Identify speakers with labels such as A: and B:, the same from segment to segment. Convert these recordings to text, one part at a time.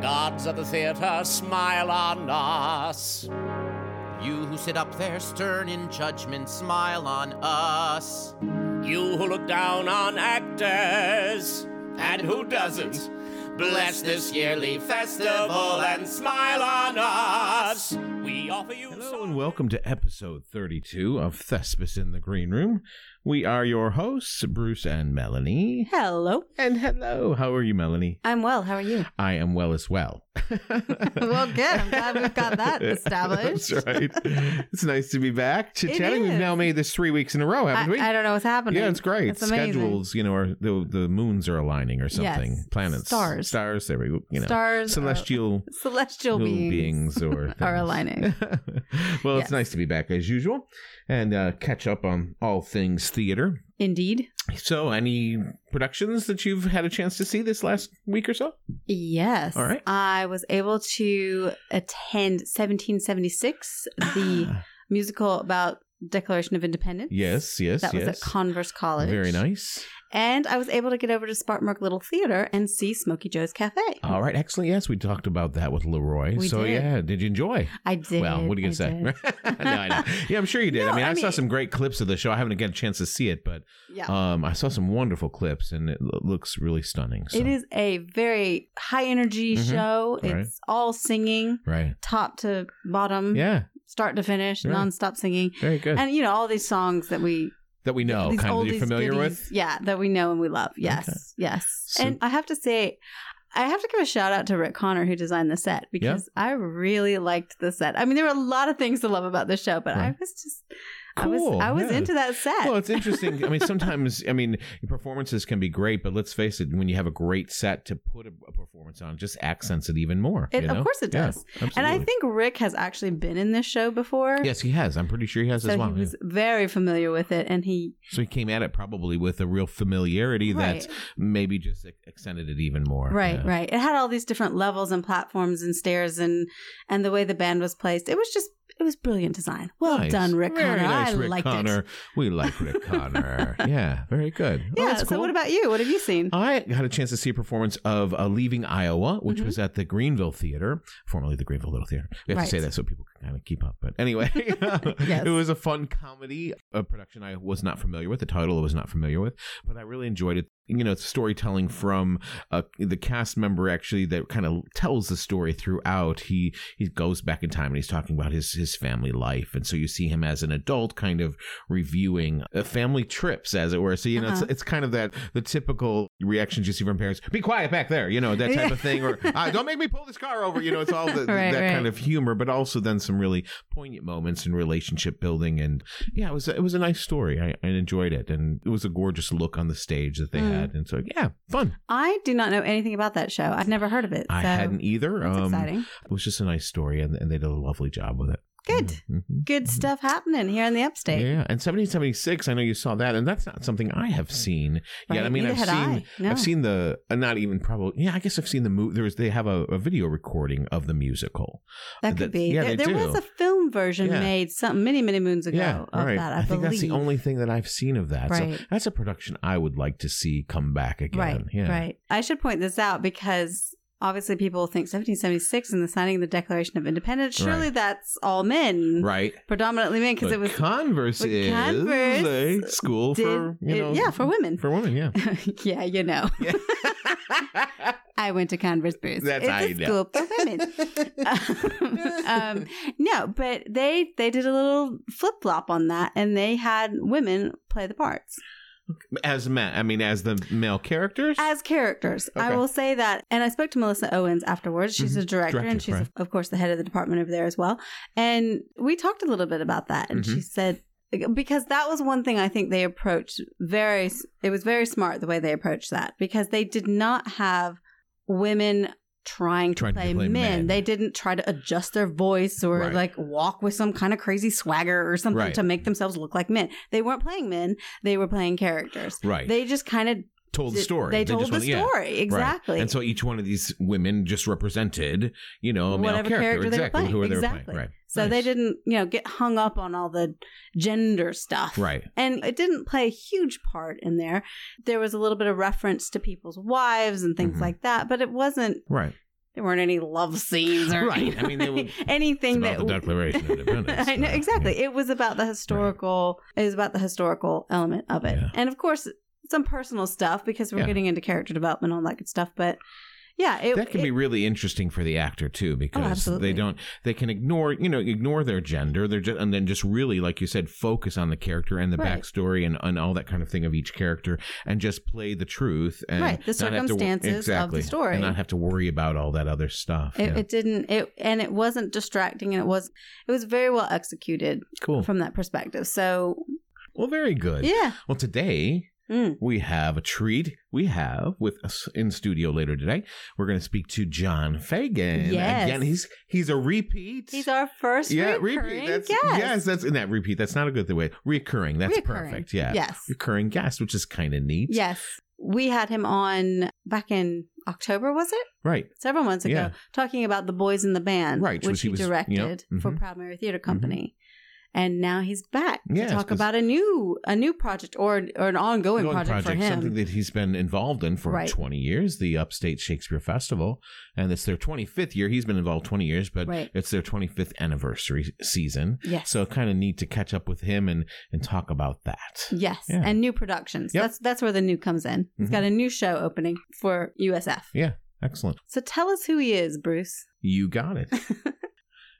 A: Gods of the theater, smile on us.
B: You who sit up there stern in judgment, smile on us.
A: You who look down on actors, and who doesn't. Bless this yearly festival and smile on us. We offer you.
C: Hello and welcome to episode 32 of Thespis in the Green Room. We are your hosts, Bruce and Melanie.
D: Hello.
C: And hello, how are you, Melanie?
D: I'm well. How are you?
C: I am well as well.
D: well, good. I'm glad we've got that established.
C: That's right. It's nice to be back chit chatting. We've
D: is.
C: now made this three weeks in a row, haven't we?
D: I, I don't know what's happening.
C: yeah, it's great.
D: It's amazing.
C: Schedules, you know, are the the moons are aligning or something. Planets,
D: Stars.
C: stars. There we go. You know,
D: Stars are-
C: celestial
D: Celestial beings,
C: beings or
D: are
C: things.
D: aligning.
C: well, it's
D: Yes.
C: nice to be back as usual and uh, catch up on all things theater.
D: Indeed.
C: So, any productions that you've had a chance to see this last week or so?
D: Yes.
C: All right.
D: I was able to attend 1776, the musical about Declaration of Independence.
C: yes, yes,
D: That was
C: yes.
D: at Converse College.
C: Very nice.
D: And I was able to get over to Spartanburg Little Theater and see Smokey Joe's Cafe.
C: All right, excellent. Yes, we talked about that with Leroy.
D: We
C: so,
D: did.
C: yeah, did you enjoy?
D: I did.
C: Well, what are you
D: I
C: gonna say?
D: did.
C: no, I know. Yeah, I'm sure you did.
D: No,
C: I mean, I,
D: I
C: saw
D: mean-
C: some great clips of the show. I haven't got a chance to see it, but
D: Yeah.
C: um, I saw some wonderful clips, and it lo- looks really stunning. So.
D: It is a very high energy
C: Mhm.
D: show.
C: All right.
D: It's all singing,
C: right.
D: top to bottom,
C: Yeah,
D: start to finish,
C: Yeah.
D: nonstop singing.
C: very good.
D: And you know, all these songs that we
C: that we know,
D: these
C: Oh, kind of that
D: oldies
C: you're familiar
D: goodies,
C: with.
D: Yeah, that we know and we love. Yes.
C: Okay.
D: Yes.
C: So-
D: and I have to say I have to give a shout out to Rick Connor who designed the set because I really liked the set. I mean, there were a lot of things to love about the show, but I
C: Right.
D: was just I was
C: Cool,
D: I was
C: yeah.
D: into that set.
C: Well, it's interesting. I mean, sometimes, I mean, performances can be great, but let's face it, when you have a great set to put a, a performance on, it just accents it even more.
D: It-
C: you
D: of
C: know?
D: course it
C: Yeah,
D: does. and
C: absolutely.
D: I think Rick has actually been in this show before.
C: Yes, he has. I'm pretty sure he has
D: So
C: as well.
D: he
C: yeah.
D: was very familiar with it, and he
C: so he came at it probably with a real familiarity
D: right,
C: that's maybe just ex- extended it even more.
D: right,
C: Yeah.
D: right. It had all these different levels and platforms and stairs, and and the way the band was placed. It was just it was brilliant design. Well
C: Nice.
D: done, Rick
C: Very
D: Connor.
C: nice,
D: I
C: Rick
D: liked
C: Connor.
D: it.
C: We like Rick Connor. yeah, very good. Oh,
D: Yeah.
C: that's
D: So
C: cool. Uh,
D: what about you? What have you seen?
C: I had a chance to see a performance of uh, Leaving Iowa, which
D: Mhm.
C: was at the Greenville Theater, formerly the Greenville Little Theater. We have
D: Right.
C: to say that so people can kind of keep up. But anyway,
D: Yes.
C: it was a fun comedy, a production I was not familiar with, the title I was not familiar with, but I really enjoyed it. You know, it's storytelling from uh, the cast member actually that kind of tells the story throughout. He he goes back in time and he's talking about his his family life, and so you see him as an adult, kind of reviewing uh, family trips, as it were. So you know,
D: Uh-huh.
C: it's it's kind of that the typical reactions you see from parents: "Be quiet back there," you know, that type of thing, or uh, "Don't make me pull this car over." You know, it's all the,
D: Right,
C: that
D: right.
C: kind of humor, but also then some really poignant moments in relationship building. And yeah, it was it was a nice story. I, I enjoyed it, and it was a gorgeous look on the stage that they
D: Mm.
C: had, and so yeah, fun.
D: I do not know anything about that show. I've never heard of it.
C: I
D: so
C: hadn't either. Um,
D: That's exciting.
C: it was just a nice story, and, and they did a lovely job with it.
D: Good.
C: Mhm.
D: Good stuff happening here in the Upstate.
C: Yeah, and 1776, I know you saw that, and that's not something I have seen
D: Right?
C: yet. I mean,
D: Neither
C: I've
D: had
C: seen,
D: I. No.
C: I've seen the uh, not even probably. Yeah, I guess I've seen the movie. There's they have a, a video recording of the musical.
D: that
C: that-
D: could be.
C: yeah,
D: there
C: they
D: there
C: do.
D: was a film version
C: Yeah.
D: made some many many moons ago
C: yeah,
D: of
C: right.
D: that.
C: I,
D: I,
C: think
D: believe.
C: that's the only thing that I've seen of that. So
D: Right.
C: that's a production I would like to see come back again.
D: Right.
C: yeah.
D: Right. I should point this out because obviously people think 1776 and the signing of the Declaration of Independence. Surely
C: Right.
D: that's all men,
C: Right.
D: predominantly men, because
C: But
D: it was
C: Converse
D: but
C: is
D: Converse
C: a school
D: did-
C: for you
D: it-
C: know
D: yeah for women.
C: for women. Yeah.
D: yeah, you know. I went to Converse Booth.
C: That's
D: it's
C: how
D: a
C: you know.
D: school for women. um, no, but they they did a little flip flop on that, and they had women play the parts.
C: as men, I mean, as the male characters.
D: As characters, I
C: Okay. Mm-hmm.
D: will say that. And I spoke to Melissa Owens afterwards. She's a director,
C: Director,
D: and she's,
C: right.
D: of course, the head of the department over there as well. And we talked a little bit about that. And
C: Mm-hmm.
D: she said, because that was one thing I think they approached very, it was very smart the way they approached that because they did not have women trying to,
C: Trying to
D: play,
C: play
D: men.
C: men.
D: They didn't try to adjust their voice or
C: Right.
D: like walk with some kind of crazy swagger or something
C: Right.
D: to make themselves look like men. They weren't playing men, they were playing characters.
C: Right.
D: They just kind of
C: told the
D: Th-
C: story.
D: They, told
C: just
D: the
C: wanted- yeah.
D: story exactly.
C: Right. And so each one of these women just represented, you know, a male
D: Whatever
C: character,
D: character they were
C: exactly
D: playing.
C: who they were
D: Exactly.
C: playing. Right.
D: So
C: Nice.
D: they didn't, you know, get hung up on all the gender stuff.
C: Right.
D: And it didn't play a huge part in there. There was a little bit of reference to people's wives and things
C: Mhm.
D: like that, but it wasn't
C: Right.
D: There weren't any love scenes or
C: Right. I mean, they were-
D: anything
C: about
D: that
C: the Declaration of Independence.
D: I know
C: Uh,
D: exactly.
C: yeah.
D: It was about the historical. It was about the historical element of it,
C: Yeah.
D: and of course, some personal stuff because we're
C: Yeah.
D: getting into character development and all that good stuff. But yeah, it,
C: that can
D: it- Oh,
C: be really interesting for the actor too because
D: absolutely.
C: they don't they can ignore you know ignore their gender they're just, and then just really like you said focus on the character and the
D: Right.
C: backstory and, and all that kind of thing of each character and just play the truth and
D: Right, the
C: not have to wo-
D: circumstances of the
C: exactly,
D: story.
C: and not have to worry about all that other stuff
D: It,
C: yeah.
D: it didn't it and it wasn't distracting and it was it was very well executed
C: cool
D: from that perspective so
C: well very good
D: yeah
C: well today
D: Mm.
C: we have a treat we have with us in studio later today we're going to speak to john fagan
D: Yes.
C: again he's he's a repeat
D: he's our first
C: yeah,
D: recurring
C: repeat. That's,
D: guest
C: Yes, that's in that repeat. That's not a good way. Recurring. That's
D: Reoccurring.
C: perfect. Yeah.
D: yes
C: Recurring guest, which is kind of neat.
D: yes we had him on back in October was it
C: Right.
D: several months ago
C: Yeah.
D: talking about the boys in the band
C: Right,
D: which
C: which
D: he
C: he was- yep,
D: directed for
C: mhm.
D: Proud Mary Theater Company and now he's back
C: Yes,
D: to talk
C: 'cause-
D: about a new a new project or or an ongoing,
C: Ongoing
D: project, for him
C: something that he's been involved in for
D: Right.
C: 20 years, the Upstate Shakespeare Festival, and it's their 25th year. He's been involved 20 years, but
D: Right.
C: it's their 25th anniversary season.
D: yes
C: So kind of neat to catch up with him and and talk about that.
D: Yes,
C: Yeah.
D: and new productions.
C: Yep. Mm-hmm.
D: That's that's where the new comes in. He's got a new show opening for USF.
C: Excellent.
D: So tell us who he is, Bruce.
C: You got it.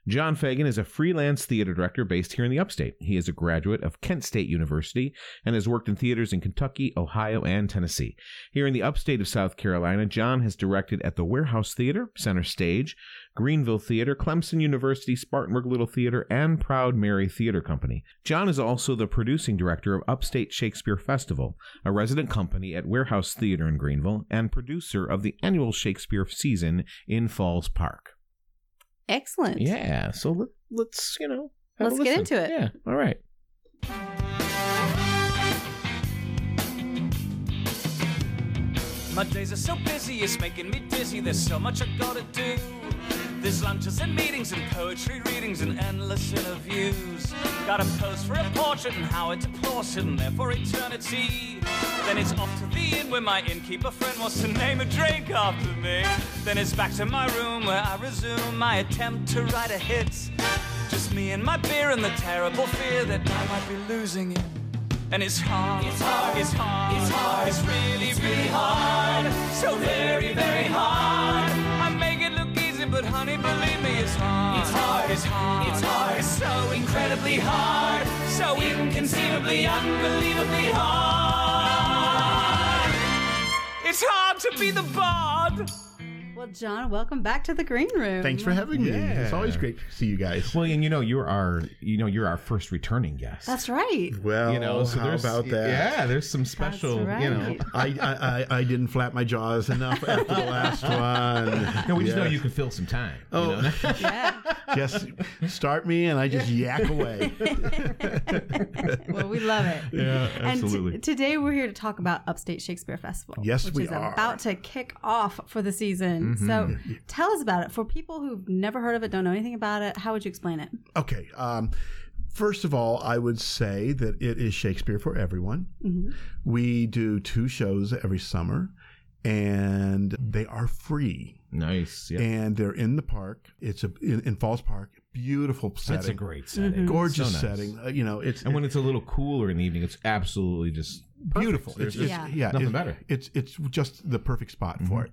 C: John Fagan is a freelance theater director based here in the upstate. He is a graduate of Kent State University and has worked in theaters in Kentucky, Ohio, and Tennessee. Here in the upstate of South Carolina, John has directed at the Warehouse Theater, Center Stage, Greenville Theater, Clemson University, Spartanburg Little Theater, and Proud Mary Theater Company. John is also the producing director of Upstate Shakespeare Festival, a resident company at Warehouse Theater in Greenville, and producer of the annual Shakespeare season in Falls Park.
D: Excellent.
C: Yeah. So let, let's, you know, have a
D: Let's get
C: listen.
D: into it.
C: Yeah. All right.
E: My days are so busy, it's making me dizzy. There's so much I gotta do. There's lunches and meetings and poetry readings and endless interviews. Gotta pose for a portrait and how it deplores it and there for eternity. Then it's off to the inn where my innkeeper friend wants to name a drink after me. Then it's back to my room where I resume my attempt to write a hit. Just me and my beer and the terrible fear that I might be losing it. And it's hard, it's hard, it's hard, it's hard, it's really, really hard. So very, very hard. I make it look easy, but honey, believe me, it's hard. It's hard, it's hard, it's hard, it's so incredibly hard. So inconceivably, unbelievably hard. It's hard to be the bard.
D: Well, John, welcome back to the green room.
F: Thanks for having me. It's
C: Yeah.
F: always great to see you guys.
C: Well, and you know, you're our, you know, you're our first returning guest.
D: That's right.
F: Well,
C: you know, so
F: Oh, how
C: there's
F: about that?
C: Yeah, there's some special,
D: That's
C: you know.
D: right.
F: I, I, I, I didn't flap my jaws enough after the last one.
C: No, we just know
F: Yes.
C: you can fill some time. you
F: Oh.
C: know?
D: Yeah.
F: Just start me and I just yak away.
D: well, we love it.
F: Yeah,
D: And t- today we're here to talk about Upstate Shakespeare Festival.
F: Yes,
D: which
F: we
D: is
F: are.
D: about to kick off for the season.
C: Mm-hmm.
D: So tell us about it for people who've never heard of it, don't know anything about it. How would you explain it?
F: Okay. Um, first of all, I would say that it is Shakespeare for everyone.
C: Mm-hmm.
F: We do two shows every summer, and they are free.
C: nice. Yeah.
F: And they're in the park. It's a, in, in Falls Park. Beautiful setting.
C: That's a great setting.
D: Mm-hmm.
F: gorgeous
C: So nice.
F: setting. Uh, you know, it's
C: And when it's a little cooler in the evening, it's absolutely just perfect.
F: beautiful.
C: There's
F: It's, it's,
C: just-
F: yeah.
C: Nothing
F: it's-
C: better. Mm-hmm.
F: It's it's just the perfect spot for it.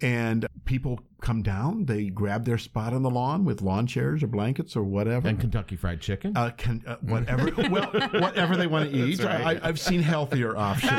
F: And people come down. They grab their spot on the lawn with lawn chairs or blankets or whatever.
C: And Kentucky Fried Chicken.
F: Mm-hmm. uh, can, uh, whatever, well, whatever they want to eat.
C: right.
F: I, I've seen healthier options.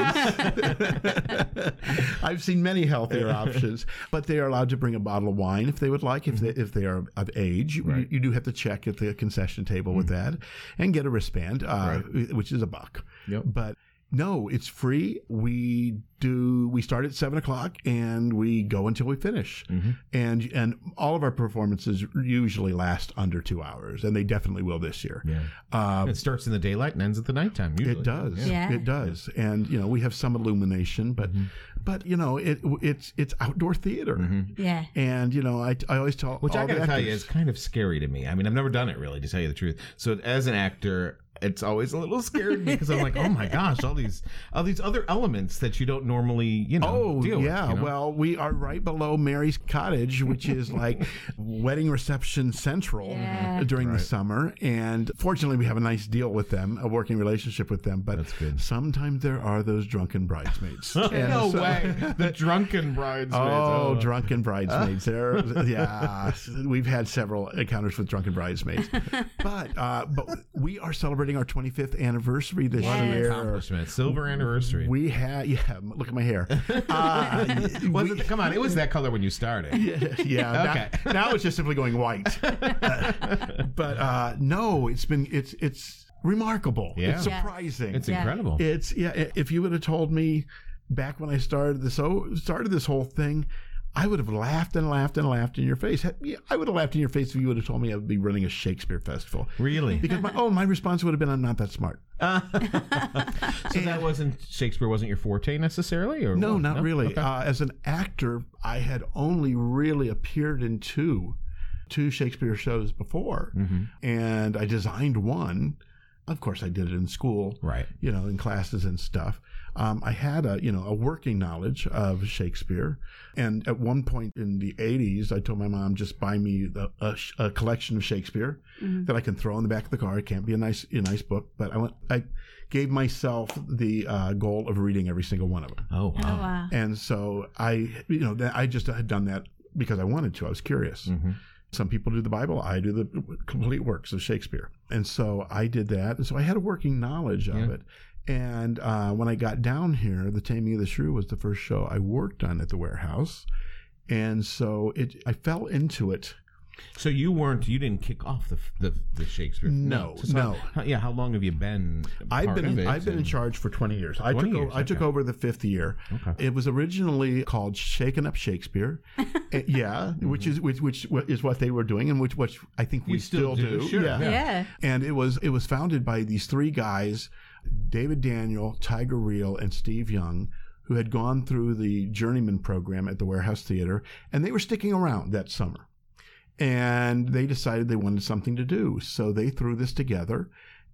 F: I've seen many healthier options, but they are allowed to bring a bottle of wine if they would like, if they
C: Mm-hmm.
F: if they are of age. You- You, do have to check at the concession table with
C: Mm-hmm.
F: that, and get a wristband, uh, which is a buck.
C: Yep.
F: But no, it's free. We do. We start at seven o'clock and we go until we finish.
C: Mm-hmm.
F: And and all of our performances usually last under two hours, and they definitely will this year.
C: yeah.
F: Um,
C: it starts in the daylight and ends at the nighttime. Usually.
F: it does.
D: Yeah.
F: It does. And you know, we have some illumination, but
C: Mm-hmm.
F: but you know, it it's it's outdoor theater.
D: Yeah.
F: And you know, I, I always tell
C: Mm-hmm. Which
F: all
C: I
F: the
C: gotta tell you
F: actors-
C: is kind of scary to me. I mean, I've never done it really, to tell you the truth. So as an actor, it's always a little scared me because I'm like, oh my gosh, all these all these other elements that you don't normally, you know,
F: Oh
C: deal with,
F: yeah,
C: you know?
F: well we are right below Mary's Cottage, which is like wedding reception central
D: Yeah.
F: during
C: Mm-hmm. Right.
F: the summer. And fortunately, we have a nice deal with them, a working relationship with them. But
C: That's good.
F: sometimes there are those drunken bridesmaids. And
G: No
F: so-
G: way. The drunken bridesmaids.
F: Oh,
G: uh,
F: drunken bridesmaids! There, yeah, we've had several encounters with drunken bridesmaids, but uh, but we are celebrating our 25th anniversary this
C: What an
F: year.
C: accomplishment. Silver anniversary.
F: We had, yeah, look at my hair. Uh,
C: was it, come on, it was that color when you started.
F: yeah. Now,
C: Okay.
F: now it's just simply going white. but uh, no, it's been it's it's remarkable.
C: Yeah.
F: It's
D: Yeah.
F: surprising.
C: It's
D: Yeah.
C: incredible.
F: It's yeah. i- If you would have told me back when I started this oh, started this whole thing, I would have laughed and laughed and laughed in your face. Heck, yeah, I would have laughed in your face if you would have told me I would be running a Shakespeare festival.
C: really?
F: Because my oh, my response would have been, I'm not that smart.
C: so that wasn't Shakespeare wasn't your forte necessarily, or
F: No,
C: what?
F: not really.
C: Okay.
F: Uh, as an actor, I had only really appeared in two, two Shakespeare shows before,
C: Mm-hmm.
F: and I designed one. Of course, I did it in school,
C: Right.
F: You know, in classes and stuff. Um, I had a you know a working knowledge of Shakespeare, and at one point in the '80s, I told my mom just buy me the, a, sh- a collection of Shakespeare that I can throw in the back of the car. It can't be a nice a nice book, but I went I gave myself the uh, goal of reading every single one of them.
C: Oh wow.
D: Oh, wow.
F: And so I, you know, that I just had done that because I wanted to. I was curious.
C: Mm. Mm-hmm.
F: Some people do the Bible. I do the complete works of Shakespeare. And so I did that. And so I had a working knowledge of it. And uh, when I got down here, The Taming of the Shrew was the first show I worked on at the warehouse. And so it, I fell into it.
C: So you weren't you didn't kick off the the, the Shakespeare?
F: No,
C: So
F: no.
C: how- yeah. How long have you been?
F: I've
C: part of
F: been
C: it
F: I've been in
C: and-
F: charge for twenty years. I
C: 20
F: took
C: years,
F: o- I took
C: okay.
F: over the fifth year.
C: Okay.
F: It was originally called Shaken Up Shakespeare, Uh, yeah, which is which which wh- is what they were doing, and which which I think we
C: Mm-hmm. You still
F: still,
C: do,
F: do.
C: sure, yeah.
D: Yeah.
F: and it was it was founded by these three guys, David Daniel, Tiger Reel, and Steve Young. Who had gone through the journeyman program at the Warehouse Theater, and they were sticking around that summer and they decided they wanted something to do. So they threw this together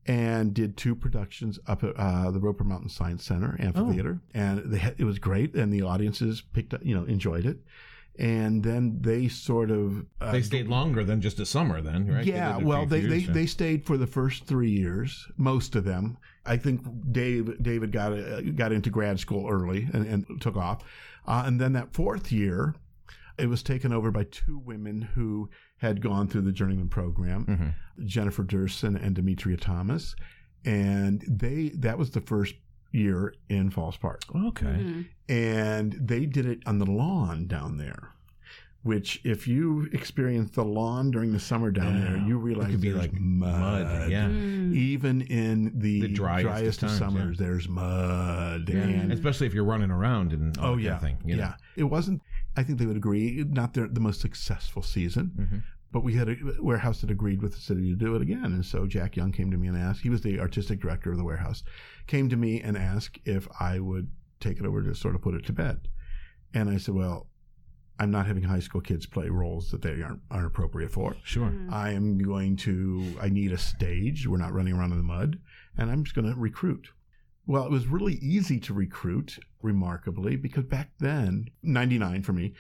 F: and did two productions up at uh, the Roper Mountain Science Center amphitheater, and they had, it was great, and the audiences picked up, you know, enjoyed it. And then they sort of uh,
C: They stayed longer than just a summer, then, right?
F: yeah,
C: did a
F: well,
C: few
F: they, they,
C: years,
F: they stayed for the first three years, most of them. I think Dave David got uh, got into grad school early and, and took off, uh, and then that fourth year, it was taken over by two women who had gone through the journeyman program,
C: Hmm. Mm-hmm.
F: Jennifer Durson and Demetria Thomas, and they that was the first year in Falls Park
C: and- okay.
F: Mm-hmm. and they did it on the lawn down there. Which, if you experience the lawn during the summer down there, you realize
C: it could be
F: there's
C: like
F: mud.
C: mud. Yeah.
D: Mm-hmm.
F: Even in the,
C: The driest
F: driest,
C: of
F: of,
C: times,
F: summers, there's mud. And,
C: Especially if you're running around and all
F: oh
C: that
F: yeah,
C: kind of thing. you know.
F: yeah. It wasn't. I think they would agree. Not their, the most successful season,
C: Mm-hmm.
F: but we had a warehouse that agreed with the city to do it again. And so Jack Young came to me and asked. He was the artistic director of the warehouse. Came to me and asked if I would take it over to sort of put it to bed. And I said, well. I'm not having high school kids play roles that they aren't, aren't appropriate for.
C: Sure.
D: Mm-hmm.
C: Uh,
F: I am going to, I need a stage. We're not running around in the mud. And I'm just going to recruit. Well, it was really easy to recruit, remarkably, because back then, 99 for me,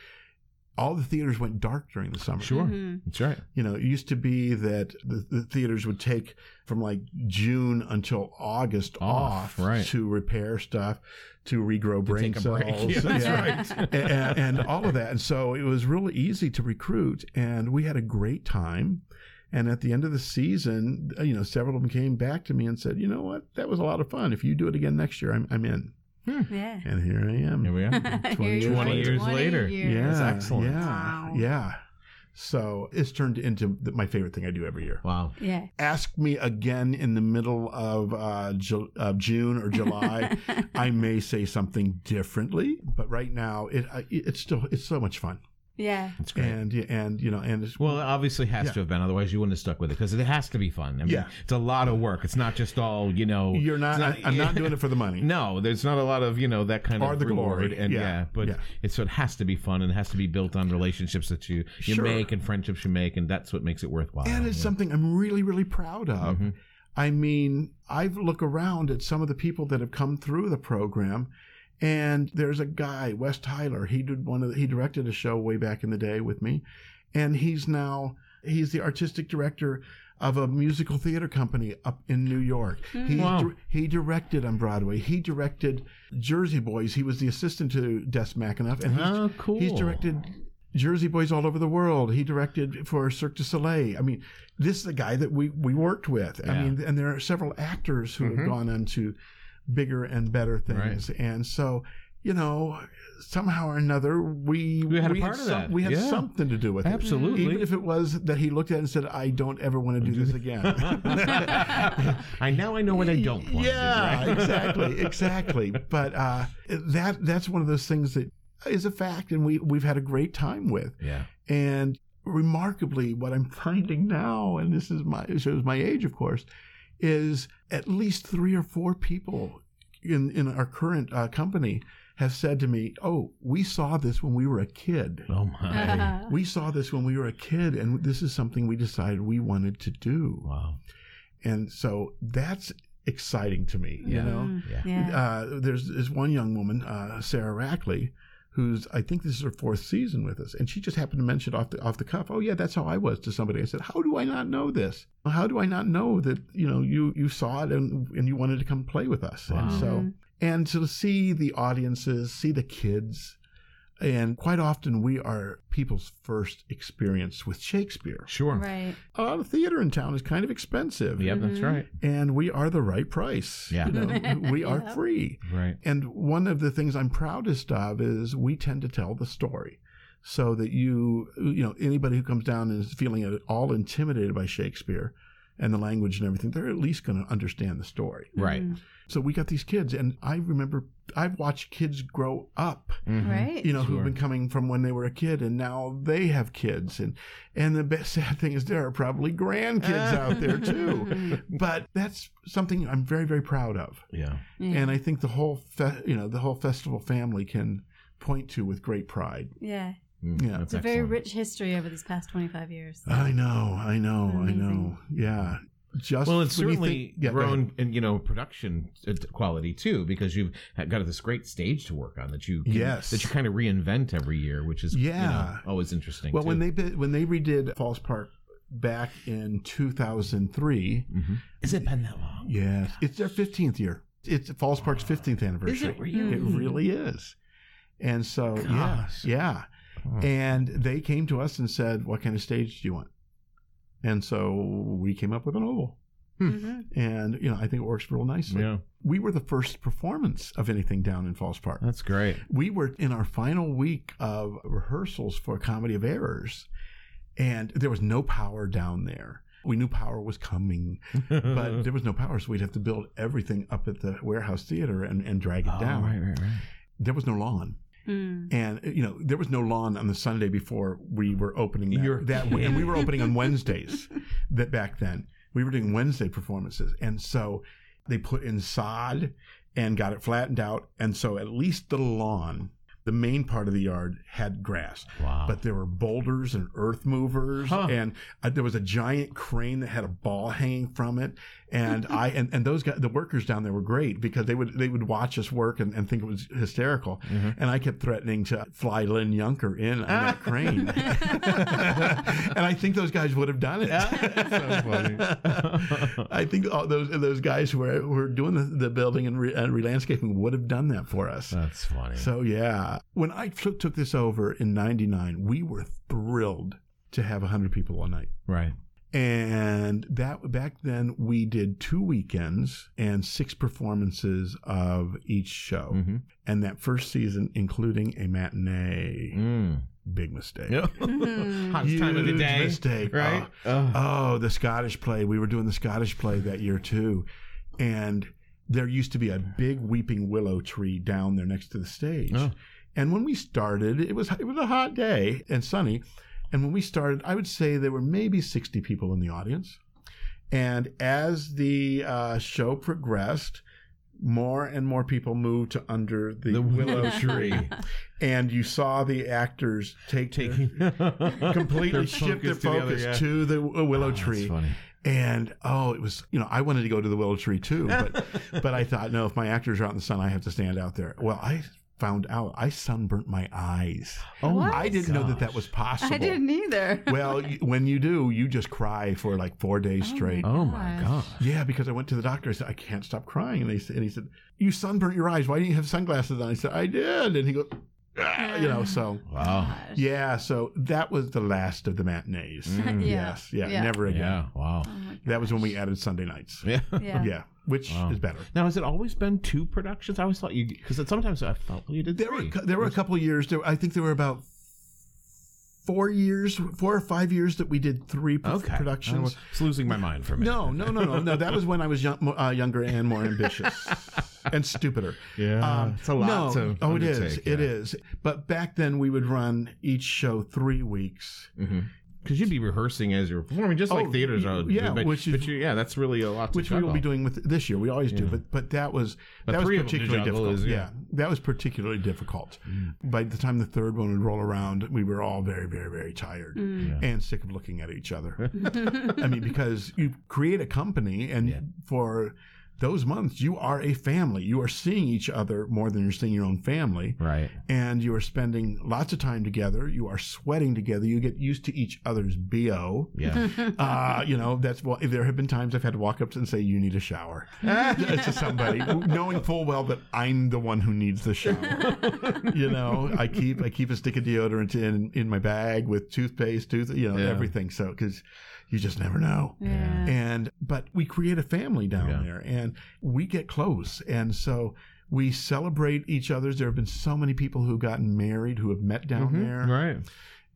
F: all the theaters went dark during the summer.
C: Sure.
D: Mm-hmm.
C: That's right.
F: You know, it used to be that the, the theaters would take from like June until August
C: Off,
F: off,
C: right.
F: to repair stuff, to regrow brain
C: take a
F: cells,
C: break. Yeah, that's right.
F: A- a- and, all of that. And so it was really easy to recruit, and we had a great time. And at the end of the season, uh, you know, several of them came back to me and said, "You know what? That was a lot of fun. If you do it again next year, I'm, I'm in."
D: Yeah.
F: And here I am.
C: Here we are.
F: 20 years later.
C: years later.
F: Yeah,
C: That's excellent.
F: Yeah,
D: Wow.
F: yeah. So it's turned into th- my favorite thing I do every year.
C: Wow.
D: Yeah.
F: Ask me again in the middle of uh, Ju- of June or July. I may say something differently, but right now it I- it's still it's so much fun.
D: Yeah.
C: That's great.
F: And y- and you know and it's,
C: well, it obviously has to have been. Otherwise, you wouldn't have stuck with it because it has to be fun. I mean,
F: Yeah.
C: it's a lot of work. It's not just all, you know.
F: you're
C: it's
F: not. I, am not doing it for the money.
C: No, there's not a lot of you know that kind
F: Or
C: of
F: the
C: reward,
F: glory.
C: and yeah,
F: Yeah.
C: but
F: Yeah.
C: it's so it has to be fun and it has to be built on relationships that you you
F: Sure.
C: make and friendships you make, and that's what makes it worthwhile.
F: And it's
C: Yeah.
F: something I'm really, really proud of. I mean, I look around at some of the people that have come through the program, And there's a guy, Wes Tyler. He did one of the, he directed a show way back in the day with me, and he's now he's the artistic director of a musical theater company up in New York. He
G: Wow.
F: dir- he directed on Broadway. He directed Jersey Boys. He was the assistant to Des McAnuff, and he's,
C: Oh, cool.
F: he's directed Jersey Boys all over the world. He directed for Cirque du Soleil. I mean, this is the guy that we we worked with. I
C: Yeah.
F: mean, and there are several actors who
G: Mm-hmm.
F: have gone on to bigger and better things, and so you know. Somehow or another, we
G: We had a
F: had,
G: part of
F: some-
G: that.
F: we had
G: Yeah.
F: something to do with it.
G: Absolutely.
F: even if it was that he looked at it and said, "I don't ever want to do this again."
C: I now I know what I don't want.
F: yeah, exactly, exactly. But uh, that that's one of those things that is a fact, and we we've had a great time with.
C: Yeah.
F: And remarkably, what I'm finding now, and this is my shows my age, of course, is at least three or four people in in our current uh, company have said to me, "Oh, we saw this when we were a kid."
C: Oh my.
F: We saw this when we were a kid, and this is something we decided we wanted to do.
C: wow.
F: And so that's exciting to me, you know?
C: Yeah.
D: Mm-hmm. yeah.
F: Uh, there's this one young woman, uh, Sarah Rackley, who's, I think this is her fourth season with us. And she just happened to mention off the, off the cuff, oh, yeah, that's how I was to somebody. I said, how do I not know this? How do I not know that, you know, you, you saw it and, and you wanted to come play with us?
C: Wow.
F: And so, and to see the audiences, see the kids, and quite often we are people's first experience with Shakespeare.
C: Sure.
D: right. Mm-hmm.
F: A lot of theater in town is kind of expensive
C: Yep, that's right.
F: and we are the right price.
C: Yeah.
F: You know, we are free.
C: Right.
F: And one of the things I'm proudest of is we tend to tell the story so that you, you know, anybody who comes down and is feeling at all intimidated by Shakespeare and the language and everything, they're at least going to understand the story.
C: Right.
D: Mm-hmm.
F: So we got these kids, and I remember I've watched kids grow up
C: Mm-hmm.
D: Right.
F: Mm-hmm. you know, who've been coming from when they were a kid, and now they have kids, and and the best, sad thing is there are probably grandkids out there
D: Mm-hmm.
F: too. But that's something I'm very very proud of,
C: Yeah.
F: and I think the whole fe- you know the whole festival family can point to with great pride.
D: yeah.
C: Mm,
F: Yeah.
C: that's
D: It's a very
C: excellent.
D: rich history over these past 25 years.
F: I know, I know, I know.
D: Amazing.
F: Yeah, just
C: Well, it's
F: when you
C: certainly
F: think- yeah, go ahead.
C: grown in you know production uh, quality too, because you've got this great stage to work on that you can,
F: Yes.
C: that you kind of reinvent every year, which is you know,
F: Yeah.
C: always interesting.
F: Well,
C: too.
F: when they bi- when they redid Falls Park back in 2003,
C: has it been that long?
F: Yes, it's their 15th year. It's Falls Park's 15th anniversary.
C: really?
F: It really is. And so, yeah,
C: Gosh.
F: yeah.
C: Oh.
F: And they came to us and said, "What kind of stage do you want?" And so we came up with an oval. Mm. And you know, I think it works real nicely.
C: Yeah,
F: We were the first performance of anything down in Falls Park.
C: that's great.
F: We were in our final week of rehearsals for Comedy of Errors, and there was no power down there. We knew power was coming,
C: Uh-huh.
F: but there was no power, so we'd have to build everything up at the warehouse theater and, and drag it down.
C: Oh, right, right, right.
F: There was no lawn.
D: Mm-hmm.
F: And uh, you know there was no lawn on the Sunday before we were opening that,
C: You're-
F: that and we were opening on Wednesdays. That back then we were doing Wednesday performances, and so they put in sod and got it flattened out, and so at least the lawn, the main part of the yard had grass.
C: Wow.
F: But there were boulders and earth movers, and uh, there was a giant crane that had a ball hanging from it. And I and, and those guys, the workers down there were great because they would they would watch us work and, and think it was hysterical.
C: Mm-hmm.
F: And I kept threatening to fly Lynn Yunker in on that crane, and I think those guys would have done it. I think all those those guys who were, who were doing the, the building and, re, and relandscaping would have done that for us.
C: That's funny.
F: So yeah, when I took took this over in '99, we were thrilled to have 100 people a night.
C: right.
F: And that back then we did two weekends and six performances of each show.
C: Mhm.
F: And that first season, including a matinee,
C: Mm.
F: big mistake.
D: Mm-hmm.
C: Hottest time of the
F: Huge
C: day.
F: mistake.
C: right? Uh,
F: Oh, oh, the Scottish play. We were doing the Scottish play that year too, and there used to be a big weeping willow tree down there next to the stage.
C: Oh.
F: And when we started, it was it was a hot day and sunny. And when we started, I would say there were maybe sixty people in the audience. And as the uh, show progressed, more and more people moved to under the,
C: The
F: willow,
C: willow tree
F: and you saw the actors take their-
C: taking
F: completely shift their focus to the uh, willow
C: Oh, that's
F: tree.
C: funny.
F: And oh, it was you know I wanted to go to the willow tree too, but but I thought no, if my actors are out in the sun, I have to stand out there. Well, I found out I sunburnt my eyes.
D: Oh, What?
F: I didn't know that that was possible.
D: I didn't either.
F: Well, you, when you do, you just cry for like four days straight.
C: Oh my god.
F: Yeah, because I went to the doctor. I said, I can't stop crying. And, they, said- and he said, You sunburnt your eyes. Why do not you have sunglasses on? I said, I did. And he goes, "Ah," You know, so
D: Oh
C: Wow.
F: yeah, so that was the last of the matinees.
C: Mm.
D: Yeah.
F: Yes. Yeah, Never again.
C: Yeah. Wow.
F: That was when we added Sunday nights.
C: Yeah.
D: Oh Yeah.
F: Yeah, which
C: Wow.
F: is better.
C: Now, has it always been two productions? I always thought you because sometimes I thought well, you did
F: There were
C: three.
F: cou- there were a couple years. There, I think there were about four years, four or five years that we did three pr-
C: okay
F: productions.
C: It's losing my mind for me.
F: No, no, no, no, no. That was when I was young, mo- uh, younger and more ambitious and stupider. Um,
G: Yeah, it's a lot
F: no,
G: to
F: oh, it is.
G: undertake,
F: It
G: yeah.
F: is. But back then, we would run each show three weeks.
C: Mm-hmm. because you'd be rehearsing as you're performing, just
F: Oh,
C: like theaters are.
F: yeah,
C: but,
F: which is-
C: but you, yeah, that's really a lot. To
F: Which we will be
C: juggle.
F: doing with this year. We always do, but but that was
C: But
F: that was
C: three of them to
F: particularly
C: juggle
F: difficult.
C: is-
F: yeah.
C: yeah. Mm.
F: that was particularly difficult. By the time the third one would roll around, we were all very, very, very tired
C: Mm.
F: and sick of looking at each other. I mean, because you create a company, and for those months, you are a family. You are seeing each other more than you're seeing your own family.
C: right.
F: and you are spending lots of time together. You are sweating together. You get used to each other's bo.
C: Yeah.
F: Uh, you know that's why there have been times I've had walk ups and say you need a shower to somebody, knowing full well that I'm the one who needs the shower. you know, I keep I keep a stick of deodorant in in my bag with toothpaste, tooth, you know,
C: Yeah.
F: everything. So because you just never know.
D: Yeah.
F: And but we create a family down
C: Yeah.
F: there and we get close. And so we celebrate each other's. There have been so many people who've gotten married, who have met down there.
C: Mm-hmm. Right.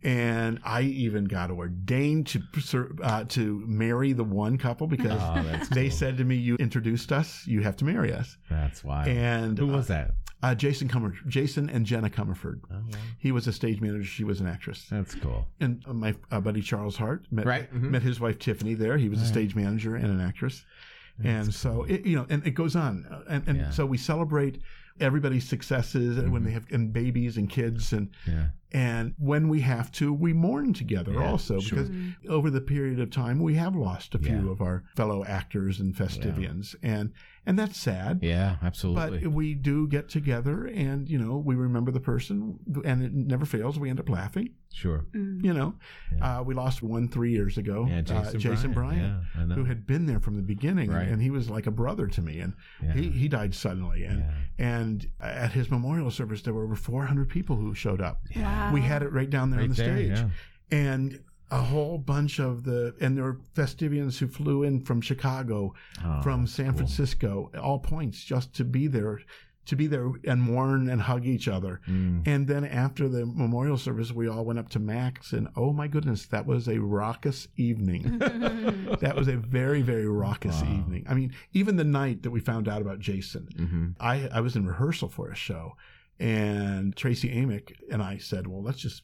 F: And I even got ordained to preser- uh, to marry the one couple because
C: Oh, that's
F: they said to me, "You introduced us. You have to marry us."
C: That's why.
F: And
C: Who was that?
F: Uh, uh, Jason Cummer, Jason and Jenna Cummerford.
C: Oh,
F: He was a stage manager. She was an actress
C: That's cool.
F: and uh, my uh, buddy Charles Hart met
C: Right, mhm.
F: met his wife Tiffany there. He was a stage manager and an actress, and so it, you know, and it goes on, Uh, and and
C: Yeah. Mm-hmm.
F: so we celebrate everybody's successes and when they have and babies and kids and
C: Yeah.
F: and when we have to, we mourn together
C: Yeah,
F: also
C: sure.
F: because over the period of time we have lost a few
C: Yeah.
F: of our fellow actors and festivians, and and that's sad.
C: Yeah. Absolutely.
F: But we do get together, and you know, we remember the person, and it never fails. We end up laughing
C: sure.
D: Mm-hmm.
F: you know, uh, we lost one three years ago,
C: Yeah,
F: uh,
C: Jason
F: Jason
C: Bryan.
F: Bryan,
C: Yeah, I know.
F: who had been there from the beginning,
C: Right.
F: and he was like a brother to me, and he, he died suddenly, and and at his memorial service there were over four hundred people who showed up.
D: Mm-hmm.
F: We had it right down there on the
C: there,
F: stage,
C: yeah.
F: and a whole bunch of the and there were festivians who flew in from Chicago,
C: Ah,
F: from San Francisco, all points just to be there. To be there and mourn and hug each other,
C: Mm.
F: and then after the memorial service, we all went up to Max, and oh my goodness, that was a raucous evening. that was a very, very raucous evening. I mean, even the night that we found out about Jason,
C: Mm-hmm.
F: I, I was in rehearsal for a show, and Tracy Amick and I said, well, let's just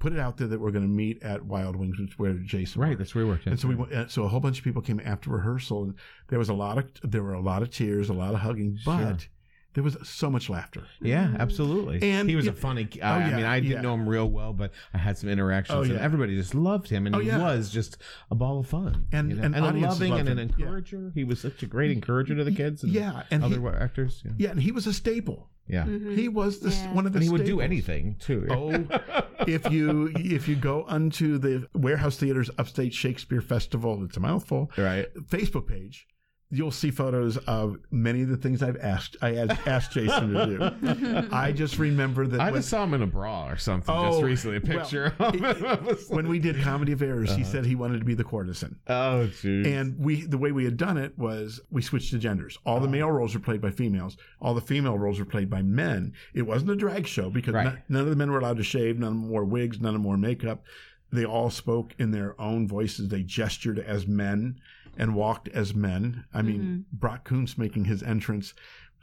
F: put it out there that we're going to meet at Wild Wings, which is where Jason
C: Right.
F: worked.
C: That's where we worked.
F: And so we went, and so a whole bunch of people came after rehearsal, and there was a lot of there were a lot of tears, a lot of hugging, but there was so much laughter.
C: Yeah, absolutely.
F: And
C: he was
F: you-
C: a funny. Uh,
F: Oh, yeah,
C: I mean, I didn't
F: yeah.
C: know him real well, but I had some interactions,
F: Oh,
C: and
F: yeah.
C: everybody just loved him, and
F: Oh,
C: he
F: yeah.
C: was just a ball of fun,
F: And-
C: you know?
F: and
C: a
F: audiences
C: loving
F: loved
C: and an
F: him. Yeah.
C: encourager. He was such a great encourager to the kids. And
F: Yeah, and
C: other
F: he-
C: wa- actors. Yeah,
F: Yeah, and he was a staple.
C: yeah.
D: Mm-hmm.
F: He was the, one of the.
C: and he would do
F: staples.
C: anything too.
F: Oh, if you if you go onto the Warehouse Theater's Upstate Shakespeare Festival, it's a mouthful.
C: right.
F: Facebook page, you'll see photos of many of the things I've asked I had asked Jason to do. I just remember that
C: I
F: when,
C: just saw him in a bra or something
F: Oh,
C: just recently. A
F: well,
C: picture of him.
F: it-
C: I was like,
F: when we did Comedy of Errors,
C: Uh-huh.
F: he said he wanted to be the courtesan.
C: oh, dude.
F: And we, the way we had done it was we switched to genders. All
C: Oh.
F: the male roles were played by females. All the female roles were played by men. It wasn't a drag show because
C: Right.
F: no- none of the men were allowed to shave. None of them wore wigs. None of them wore makeup. They all spoke in their own voices. They gestured as men and walked as men. I mean,
C: Mm-hmm.
F: Brock Koontz making his entrance,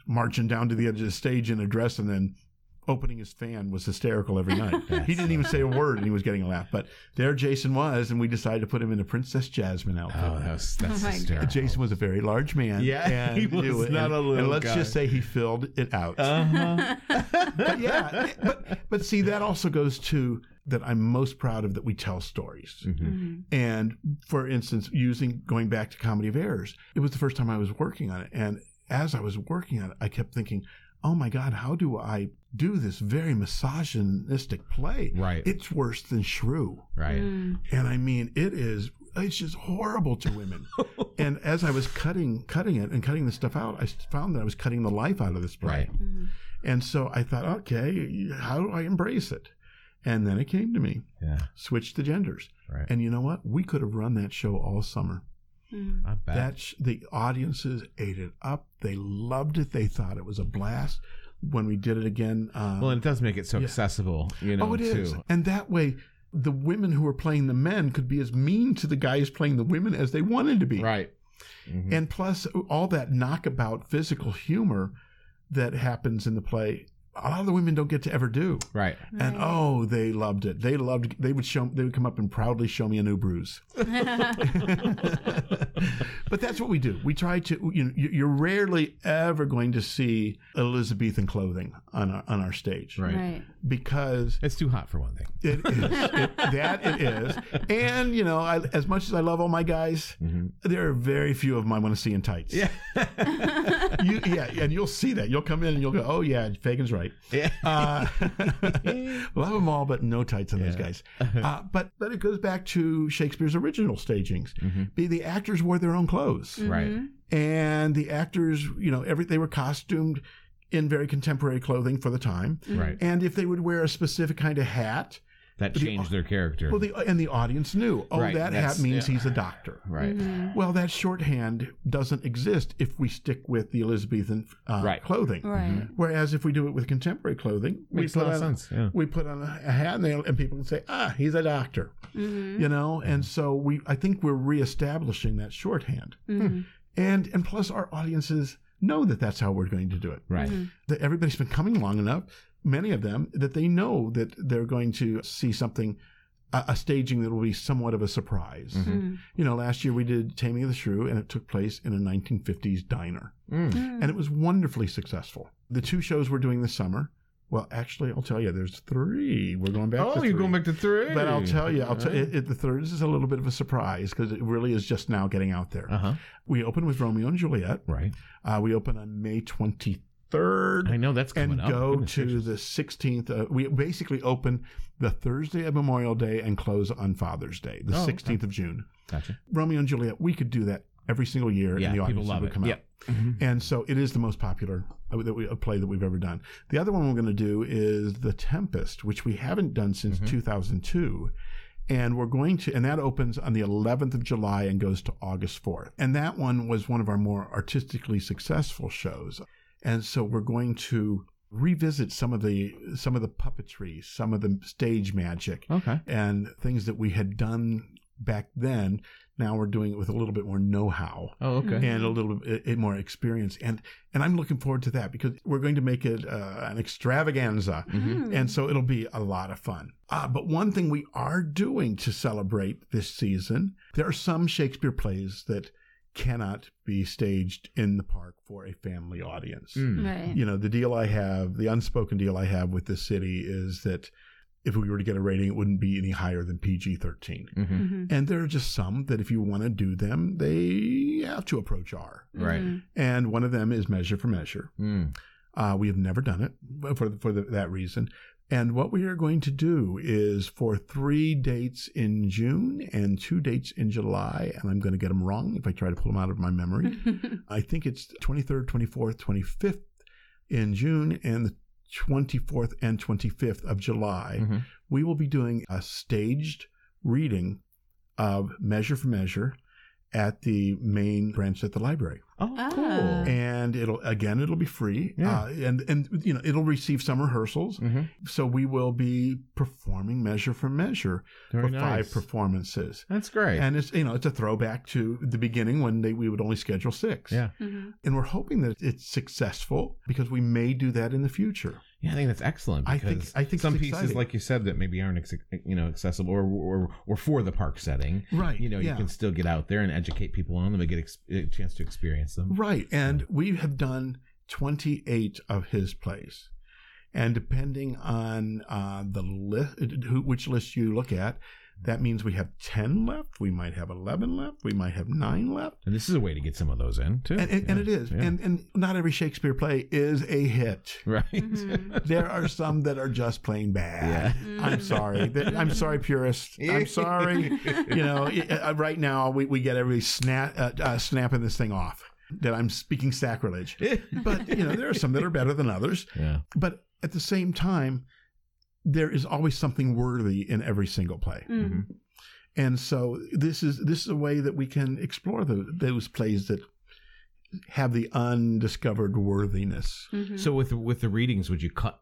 F: marching down to the edge of the stage in a dress, and then opening his fan was hysterical every night. he didn't even say a word, and he was getting a laugh. But there Jason was, and we decided to put him in a Princess Jasmine outfit.
C: oh, that's that's
D: Oh, my
C: hysterical.
F: Jason was a very large man.
C: Yeah,
F: and
C: he was
F: you-
C: not
F: and-
C: a little
F: And let's
C: guy.
F: just say he filled it out.
C: Uh-huh.
F: But yeah, but but see, that also goes to that I'm most proud of that we tell stories.
C: Mm.
D: Mm-hmm.
F: And for instance, using going back to Comedy of Errors, it was the first time I was working on it. And as I was working on it, I kept thinking, oh my God, how do I do this very misogynistic play?
C: Right.
F: It's worse than Shrew.
C: Right.
D: Mm.
F: And I mean, it is. It's just horrible to women. and as I was cutting, cutting it and cutting the stuff out, I found that I was cutting the life out of this play.
C: Right.
F: And so I thought, okay, how do I embrace it? And then it came to me.
C: Yeah.
F: Switch the genders.
C: Right.
F: And you know what? We could have run that show all summer.
C: I bet.
F: That sh- the audiences ate it up. They loved it. They thought it was a blast. When we did it again, uh,
C: well, and it does make it so
F: Yeah.
C: accessible, you know,
F: oh, it
C: too.
F: is. And that way, the women who were playing the men could be as mean to the guys playing the women as they wanted to be.
C: Right. Mm-hmm.
F: And plus, all that knockabout physical humor that happens in the play, a lot of the women don't get to ever do.
C: Right.
F: And oh, they loved it. They loved. They would show. They would come up and proudly show me a new bruise.
D: Mm-hmm.
F: but that's what we do. We try to. You know, you- you're rarely ever going to see Elizabethan clothing on our, on our stage,
C: Right.
D: Right.
F: Because
C: It's too hot for one thing.
F: it is it, that it is. And you know, I, as much as I love all my guys, there are very few of them I want to see in tights. Yeah, you, yeah, and you'll see that. You'll come in and you'll go, "Oh yeah, Fagan's right."
C: Yeah.
F: Uh, love them all, but no tights on those guys. Uh, but but it goes back to Shakespeare's original stagings.
C: Mm-hmm.
D: Mm-hmm.
F: The, the actors wore their own clothes,
D: Mm.
C: Right.
F: and the actors, you know, every they were costumed in very contemporary clothing for the time.
C: Right.
F: And if they would wear a specific kind of hat,
C: That changed their character.
F: well, the, and the audience knew. Oh,
C: Right,
F: that
C: that's-
F: hat means
C: yeah.
F: he's a doctor.
C: right.
D: Mm-hmm.
F: Well, that shorthand doesn't exist if we stick with the Elizabethan uh,
C: Right.
F: clothing.
D: Right.
F: Whereas if we do it with contemporary clothing,
D: Mm-hmm.
C: Makes a
F: we
C: lot of
F: on-
C: sense, yeah.
F: We put on a a hat, and, they, and people can say, "Ah, he's a doctor,"
D: Mm-hmm.
F: you know. And so we, I think, we're reestablishing that shorthand, and and plus our audiences know that that's how we're going to do it
D: Mm-hmm.
C: Right.
F: that everybody's been coming long enough, many of them, that they know that they're going to see something, a, a staging that will be somewhat of a surprise.
C: Mm-hmm.
F: You know, last year we did Taming of the Shrew, and it took place in a 1950s diner,
D: Mm-hmm.
C: Mm. Mm-hmm.
F: and it was wonderfully successful. The two shows we're doing this summer. Well, actually, I'll tell you, there's three. We're going back.
C: Oh,
F: to
C: you're
F: three.
C: going back to three.
F: But I'll tell you, I'll tell you, it, the third is a little bit of a surprise because it really is just now getting out there.
C: Uh huh.
F: We open with Romeo and Juliet.
C: Right.
F: Uh, we open on May 23rd
C: I know that's coming
F: and
C: up.
F: go
C: oh, Goodness
F: to
C: gracious.
F: the 16th. Uh, we basically open the Thursday of Memorial Day and close on Father's Day, the
C: Oh, okay.
F: 16th of June.
C: Gotcha.
F: Romeo and Juliet, we could do that every single year,
C: Yeah,
F: and the
C: people
F: audience
C: love
F: would
C: it.
F: come
C: Yeah.
F: out. Mm-hmm. And so it is the most popular uh, that we, a play that we've ever done. The other one we're going to do is The Tempest, which we haven't done since 2002. And we're going to, and that opens on the 11th of July and goes to August 4th. And that one was one of our more artistically successful shows. And so we're going to revisit some of the some of the puppetry, some of the stage magic,
C: Okay.
F: and things that we had done back then. Now we're doing it with a little bit more know-how
C: Oh, okay.
F: and a little bit i- more experience. And and I'm looking forward to that because we're going to make it uh, an extravaganza,
C: Mm-hmm. Mm.
F: mm-hmm.
D: Mm-hmm.
F: and so it'll be a lot of fun. Uh, but one thing we are doing to celebrate this season, there are some Shakespeare plays that cannot be staged in the park for a family audience
C: Mm. Mm-hmm.
D: Right.
F: you know the deal i have the unspoken deal i have with this city is that if we were to get a rating it wouldn't be any higher than pg-13
C: Mm-hmm.
F: and there are just some that if you want to do them they have to approach r
D: Mm-hmm.
C: Right.
F: and one of them is measure for measure
C: Mm.
F: uh, we have never done it for for the, that reason. And what we are going to do is for three dates in June and two dates in July, and I'm going to get them wrong if I try to pull them out of my memory.
D: Mm-hmm.
F: I think it's 23rd, 24th, 25th in June, and the 24th and 25th of July.
C: Mm-hmm.
F: We will be doing a staged reading of Measure for Measure at the main branch at the library
C: Oh, cool.
D: Ah.
F: and it'll again it'll be free
C: Yeah. Mm.
F: uh, and and you know it'll receive some rehearsals so we will be performing measure for measure
C: Very
F: for
C: nice.
F: five performances
C: That's great.
F: and it's you know it's a throwback to the beginning when they, we would only schedule six
C: yeah.
F: and we're hoping that it's successful because we may do that in the future
C: Yeah, I think that's excellent.
F: I think-
C: because
F: I think
C: some
F: it's
C: pieces,
F: exciting.
C: like you said, that maybe aren't ex- you know accessible or, or or for the park setting.
F: Right,
C: You know, you
F: yeah.
C: can still get out there and educate people on them and get ex- a chance to experience them.
F: right and we have done 28 of his plays And depending on uh, the list, who, which list you look at, that means we have 10 left. We might have 11 left. We might have nine left.
C: And this is a way to get some of those in too.
F: And, and, and it
C: Yeah,
F: is.
C: yeah.
F: And, and not every Shakespeare play is a hit.
C: right.
D: Mm-hmm.
F: There are some that are just plain bad.
D: Mm-hmm.
F: I'm sorry. That- I'm sorry, purists. I'm sorry. you know, it- uh, right now we, we get everybody snap, uh, uh, snapping this thing off that I'm speaking sacrilege. but, you know, there are some that are better than others.
C: Yeah.
F: But at the same time, there is always something worthy in every single play.
D: Mm.
F: And so this is this is a way that we can explore tho- those plays that have the undiscovered worthiness.
D: Mm-hmm.
C: So with with the readings, would you cut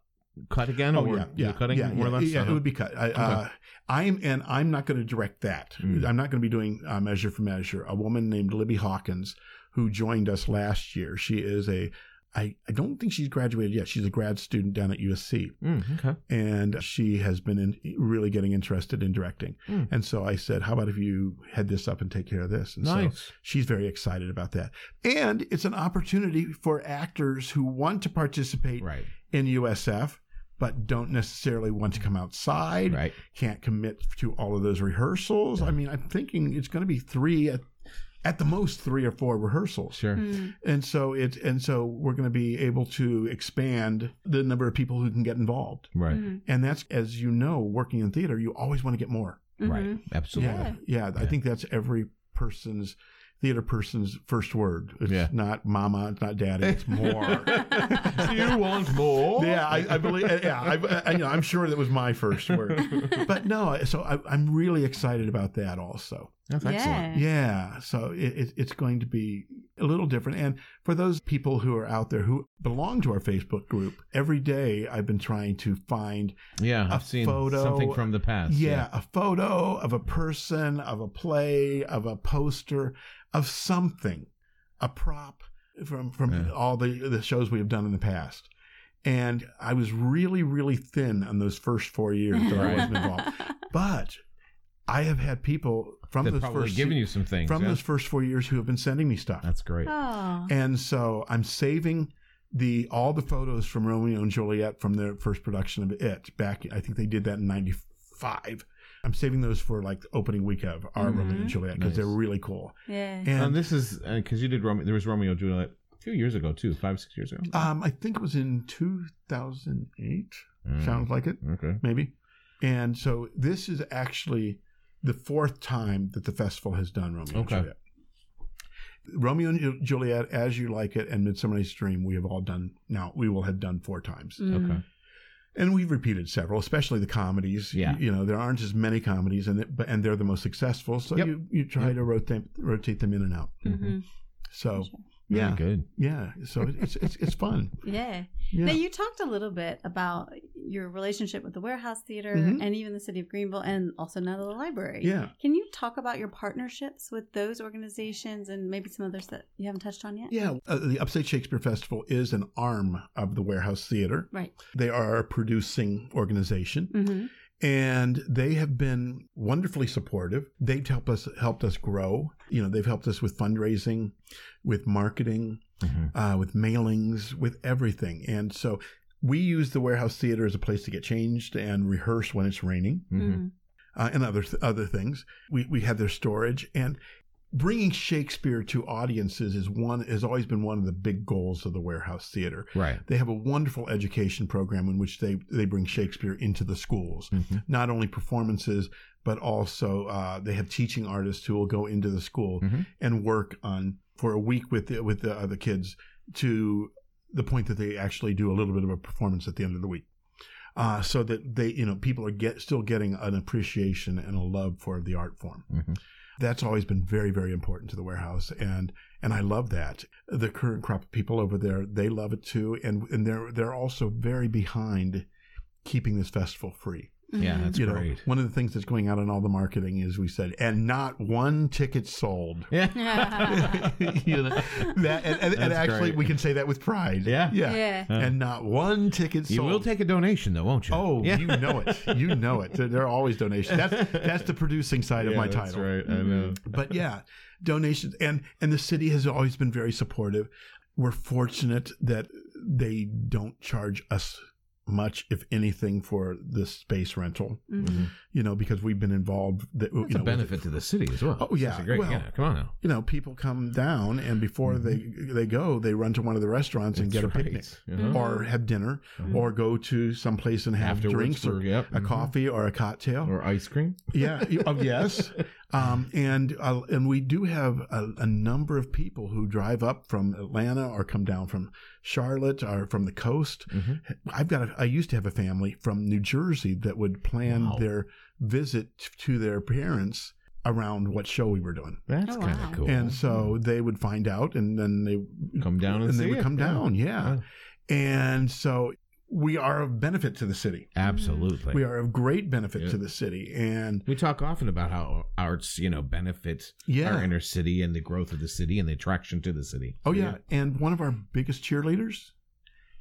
C: cut again? or you're cutting
F: Oh, yeah,
C: more
F: yeah,
C: or less?
F: yeah,
C: Uh-huh.
F: it would be cut. I, uh, I'm and I'm not going to direct that.
C: Mm.
F: I'm not going to be doing uh, measure for measure. A woman named Libby Hawkins who joined us last year. She is a I, I don't think she's graduated yet. She's a grad student down at USC,
C: Mm, okay.
F: and she has been in, really getting interested in directing.
C: Mm.
F: And so I said, "How about if you head this up and take care of this?" And so
C: Nice.
F: she's very excited about that, and it's an opportunity for actors who want to participate
C: right.
F: in USF, but don't necessarily want to come outside,
C: Right.
F: can't commit to all of those rehearsals. I mean, I'm thinking it's going to be three at, at the most three or four rehearsals.
C: Sure.
D: Mm-hmm.
F: And so it's and so we're going to be able to expand the number of people who can get involved.
C: Right.
D: Mm-hmm.
F: And that's as you know, working in theater, you always want to get more.
D: Mm-hmm.
C: Right. Absolutely.
F: Yeah. yeah. I think that's every person's theater person's first word. It's
C: Yeah.
F: not mama, it's not daddy, it's more.
C: you want more?
F: Yeah, I, I believe. Yeah, I, I, you know, I'm sure that was my first word, but no. So I, I'm really excited about that also.
C: That's excellent.
D: Yeah.
F: Yeah, so it, it, it's going to be a little different. And for those people who are out there who belong to our Facebook group, every day I've been trying to find,
C: Yeah.
F: A
C: I've seen
F: photo-
C: something from the past.
F: yeah, a photo of a person, of a play, of a poster, of something, a prop from from
C: Yeah.
F: all the the shows we have done in the past. And I was really, really thin on those first four years that I wasn't involved. But I have had people from
C: They're
F: those
C: probably
F: first
C: giving you some things.
F: from
C: yeah?
F: those first four years who have been sending me stuff.
C: That's great.
D: Oh.
F: and so I'm saving the all the photos from Romeo and Juliet from their first production of it back. I think they did that in '95. I'm saving those for like the opening week of our Romeo and Juliet because
C: Nice.
F: they're really cool.
D: Yeah.
F: And
C: and this is because you did Romeo. There was Romeo and Juliet a few years ago too, five six years ago.
F: um, I think it was in 2008.
C: Mm.
F: Sounds like it.
C: Okay.
F: maybe. And so this is actually the fourth time that the festival has done
C: Okay.
F: Romeo and Juliet. Romeo and Ju- Juliet, As You Like It, and Midsummer Night's Dream, we have all done now. We will have done four times,
D: Mm-hmm.
C: Okay.
F: and we've repeated several, especially the comedies.
C: Yeah.
F: you know there aren't as many comedies, and it, but and they're the most successful. So
C: Yep.
F: you you try to rotate rotate them in and out.
D: Mm-hmm.
F: So
C: Very
F: yeah,
C: Good.
F: yeah. So it- it's it's it's fun.
D: Yeah.
F: Yeah.
D: Now you talked a little bit about your relationship with the warehouse theater
F: Mhm.
D: and even the city of Greenville and also now the library.
F: Yeah.
D: Can you talk about your partnerships with those organizations and maybe some others that you haven't touched on yet?
F: Yeah, uh, the Upstate Shakespeare Festival is an arm of the Warehouse Theater.
D: Right.
F: They are a producing organization
D: Mm-hmm.
F: and they have been wonderfully supportive. They've helped us helped us grow. You know, they've helped us with fundraising, with marketing,
C: Mhm.
F: uh, with mailings, with everything. And so we use the warehouse theater as a place to get changed and rehearse when it's raining
D: Mm.
C: Mhm.
F: uh, and other th- other things. We we have their storage and bringing Shakespeare to audiences is one has always been one of the big goals of the warehouse theater.
C: Right.
F: They have a wonderful education program in which they, they bring Shakespeare into the schools,
C: Mhm.
F: not only performances, but also uh, they have teaching artists who will go into the school
C: Mhm.
F: and work on for a week with the, with the other kids to the point that they actually do a little bit of a performance at the end of the week. Uh, so that they, you know, people are get, still getting an appreciation and a love for the art form
C: Mhm.
F: that's always been very very important to the warehouse and and I love that the current crop of people over there they love it too and and they're they're also very behind keeping this festival free
C: Yeah. That's
F: you know
C: great.
F: one of the things that's going out in all the marketing is we said and not one ticket sold
C: Yeah.
D: Mm-hmm.
F: you know that and, and, and
C: That's
F: actually
C: great.
F: we can say that with pride
C: Yeah.
F: yeah,
D: Yeah.
F: and not one ticket sold
C: You will take a donation though, won't you?
F: Oh,
C: Yeah.
F: you know it. You know it. There, there are always donations. That's that's the producing side of
C: Yeah,
F: my
C: that's
F: title
C: right. I know.
F: but yeah, donations and and the city has always been very supportive. We're fortunate that they don't charge us much, if anything, for this space rental.
D: Mhm.
F: You know, because we've been involved. That, you
C: It's
F: know,
C: a
F: with
C: benefit
F: it.
C: to the city as well.
F: Oh, yeah,
C: This is great.
F: well-
C: yeah, come on now.
F: You know, people come down, and before they they go, they run to one of the restaurants and
C: Mm-hmm. That's
F: get a
C: right.
F: picnic,
C: Uh-huh.
F: or have dinner, or go to some place and have
C: Afterwards
F: drinks,
C: for-
F: or
C: yep,
F: a
C: mhm.
F: coffee, mm-hmm. or a cocktail,
C: Or ice cream.
F: yeah you- oh, yes um, and uh, and we do have a, a number of people who drive up from Atlanta or come down from Charlotte or from the coast I've got a, I used to have a family from New Jersey that would plan
C: Wow.
F: their visit t- to their parents around what show we were doing
C: That's
D: Oh,
C: kind
D: wow.
C: of cool.
F: and so they would find out and then they
C: come down and,
F: and
C: see
F: they would
C: it.
F: come
C: Yeah.
F: down yeah.
C: Yeah.
F: and so we are of benefit to the city
D: Mm-hmm.
C: Absolutely.
F: we are of great benefit
C: Yeah.
F: to the city and
C: We talk often about how arts, you know, benefits
F: Yeah.
C: our inner city and the growth of the city and the attraction to the city.
F: Oh yeah. and one of our biggest cheerleaders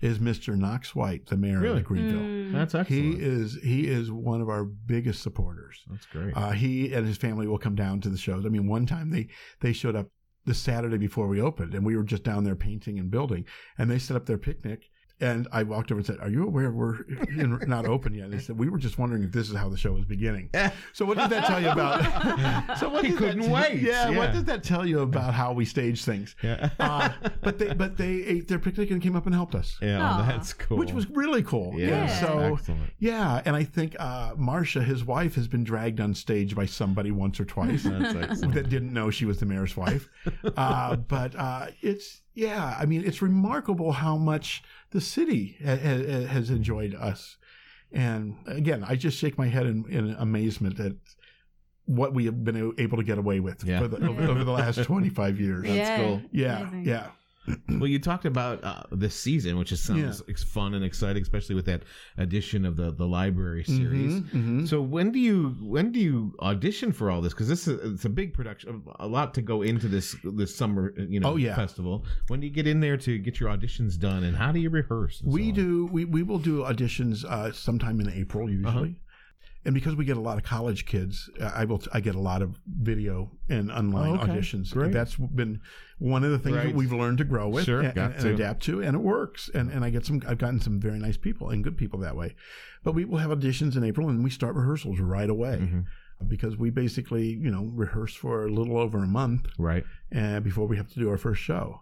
F: is Mr. Knox White, the mayor
C: Really?
F: of Greenville.
D: Mm.
C: that's
F: He
C: excellent.
F: is he is one of our biggest supporters.
C: That's great.
F: Uh, he and his family will come down to the shows. I mean, one time they they showed up the Saturday before we opened, and we were just down there painting and building, and they set up their picnic. And I walked over and said, "Are you aware we're in, not open yet?" And they said, "We were just wondering if this is how the show was beginning." So what did that tell you about? so what
C: He
F: did that
C: couldn't
F: t-
C: wait.
F: Yeah,
C: Yeah.
F: What did that tell you about how we stage things?
C: yeah.
F: Uh, but they but they ate their picnic and came up and helped us,
C: yeah,
D: Aw.
C: that's cool.
F: which was really cool.
C: yeah,
F: And So
C: excellent.
F: yeah, and I think uh, Marsha, his wife, has been dragged on stage by somebody once or twice
C: That's excellent.
F: that didn't know she was the mayor's wife. Uh, but uh, it's yeah, I mean, it's remarkable how much the city ha- ha- has enjoyed us. And again, I just shake my head in, in amazement at what we have been able to get away with
C: Yeah.
F: for the, over, over the last twenty five years.
D: yeah.
C: cool.
F: Yeah,
D: Amazing.
F: yeah.
C: Well, you talked about uh, this season, which is sounds ex fun and exciting, especially with that addition of the the library series.
F: Mhm, mhm.
C: So when do you when do you audition for all this? Because this is it's a big production, a lot to go into this this summer, you know,
F: Oh, yeah.
C: festival. When do you get in there to get your auditions done, and how do you rehearse? and so Uh-huh.
F: We
C: on?
F: do. We, we will do auditions uh, sometime in April usually, and because we get a lot of college kids, uh, I will. I get a lot of video and online
C: Oh, okay.
F: auditions.
C: Great.
F: That's been one of the things
C: Right.
F: that we've learned to grow with
C: Sure,
F: and,
C: got
F: and
C: to.
F: adapt to, and it works. And and I get some. I've gotten some very nice people and good people that way. But we will have auditions in April, and we start rehearsals right away.
C: Mhm.
F: Because we basically, you know, rehearse for a little over a month
C: right,
F: uh, before we have to do our first show.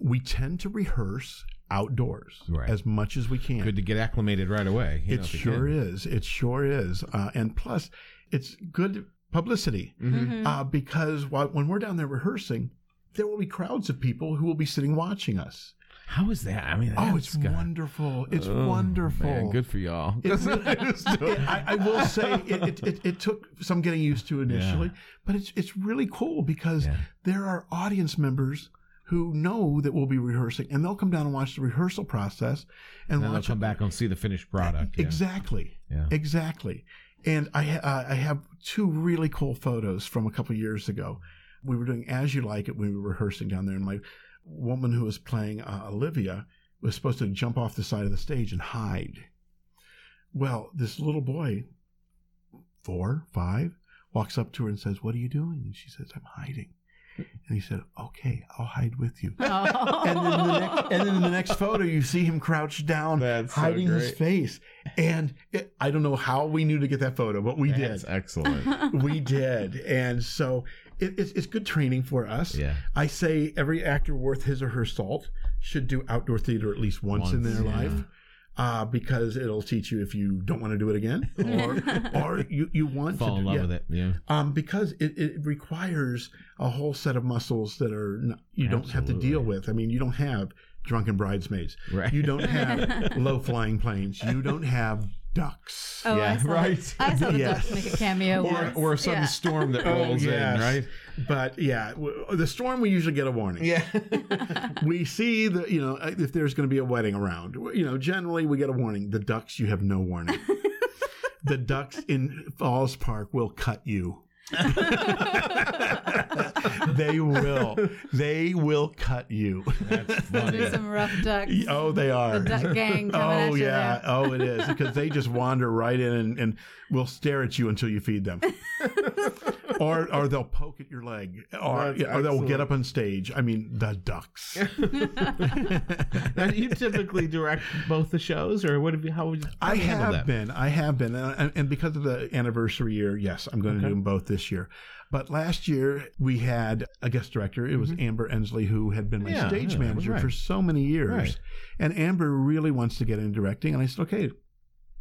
F: We tend to rehearse outdoors
C: Right.
F: as much as we can.
C: good to get acclimated right away. you know,
F: it
C: if you
F: sure
C: can.
F: is. It sure is. Uh, and plus, it's good publicity
C: Mm-hmm.
F: uh, because while, when we're down there rehearsing, there will be crowds of people who will be sitting watching us.
C: How is that? I mean,
F: oh,
C: that's
F: it's
C: got-
F: wonderful! It's
C: Oh,
F: wonderful.
C: man, good for y'all.
F: It really- it- I, I will say it, it, it, it took some getting used to initially, but it's it's really cool because
C: Yeah.
F: there are audience members who know that we'll be rehearsing, and they'll come down and watch the rehearsal process and,
C: And then they'll
F: watch
C: come back and see the finished product. yeah.
F: Exactly.
C: Yeah.
F: Exactly. And I ha- uh, I have two really cool photos from a couple of years ago. We were doing As You Like It when we were rehearsing down there, and my woman who was playing uh, Olivia was supposed to jump off the side of the stage and hide. Well, this little boy, four, five, walks up to her and says, "What are you doing?" And she says, "I'm hiding." And he said, "Okay, I'll hide with you." and then the next, and then the next photo, you see him crouched down,
C: That's so
F: hiding his
C: great.
F: face. And it, I don't know how we knew to get that photo, but we
C: That's excellent.
F: did. we did. And so it, it's, it's good training for us.
C: yeah.
F: I say every actor worth his or her salt should do outdoor theater at least once, in
C: Once,
F: their
C: yeah.
F: life. Uh, because it'll teach you if you don't want to do it again, or or you, you want to
C: Fall
F: do,
C: in love
F: yeah
C: with it. Yeah.
F: um, because it, it requires a whole set of muscles that are n you don't have to deal
C: Absolutely.
F: with. I mean, you don't have drunken bridesmaids.
C: Right.
F: You don't have low flying planes. You don't have ducks.
D: Oh, I
C: Yeah,
D: saw
C: right.
D: The, I saw the
F: Yes.
D: ducks make a cameo.
C: Or,
D: once.
C: or a sudden
D: Yeah.
C: storm that
F: Oh,
C: rolls
F: yes.
C: in, right?
F: But yeah, w- the storm we usually get a warning.
C: Yeah.
F: We see the you know uh, if there's going to be a wedding around. You know, generally we get a warning. The ducks, you have no warning. the ducks in Falls Park will cut you. they will. They will cut you.
H: There's some rough ducks.
F: oh, they are.
H: The duck gang coming
F: Oh
H: at you
F: yeah,
H: there.
F: oh it is because they just wander right in and, and will stare at you until you feed them, or or they'll poke at your leg, or,
G: That's
F: or they'll
G: excellent.
F: get up on stage. I mean the ducks.
G: Now, do you typically direct both the shows, or what? Have you, how would you?
F: I have
C: that?
F: been, I have been, and, and because of the anniversary year, yes, I'm going to do them both this year. But last year we had a guest director. It was Amber Ensley, who had been my
C: Mm-hmm. Yeah,
F: stage
C: yeah,
F: manager
C: right.
F: for so many years,
C: Right.
F: and Amber really wants to get into directing, and I said, okay,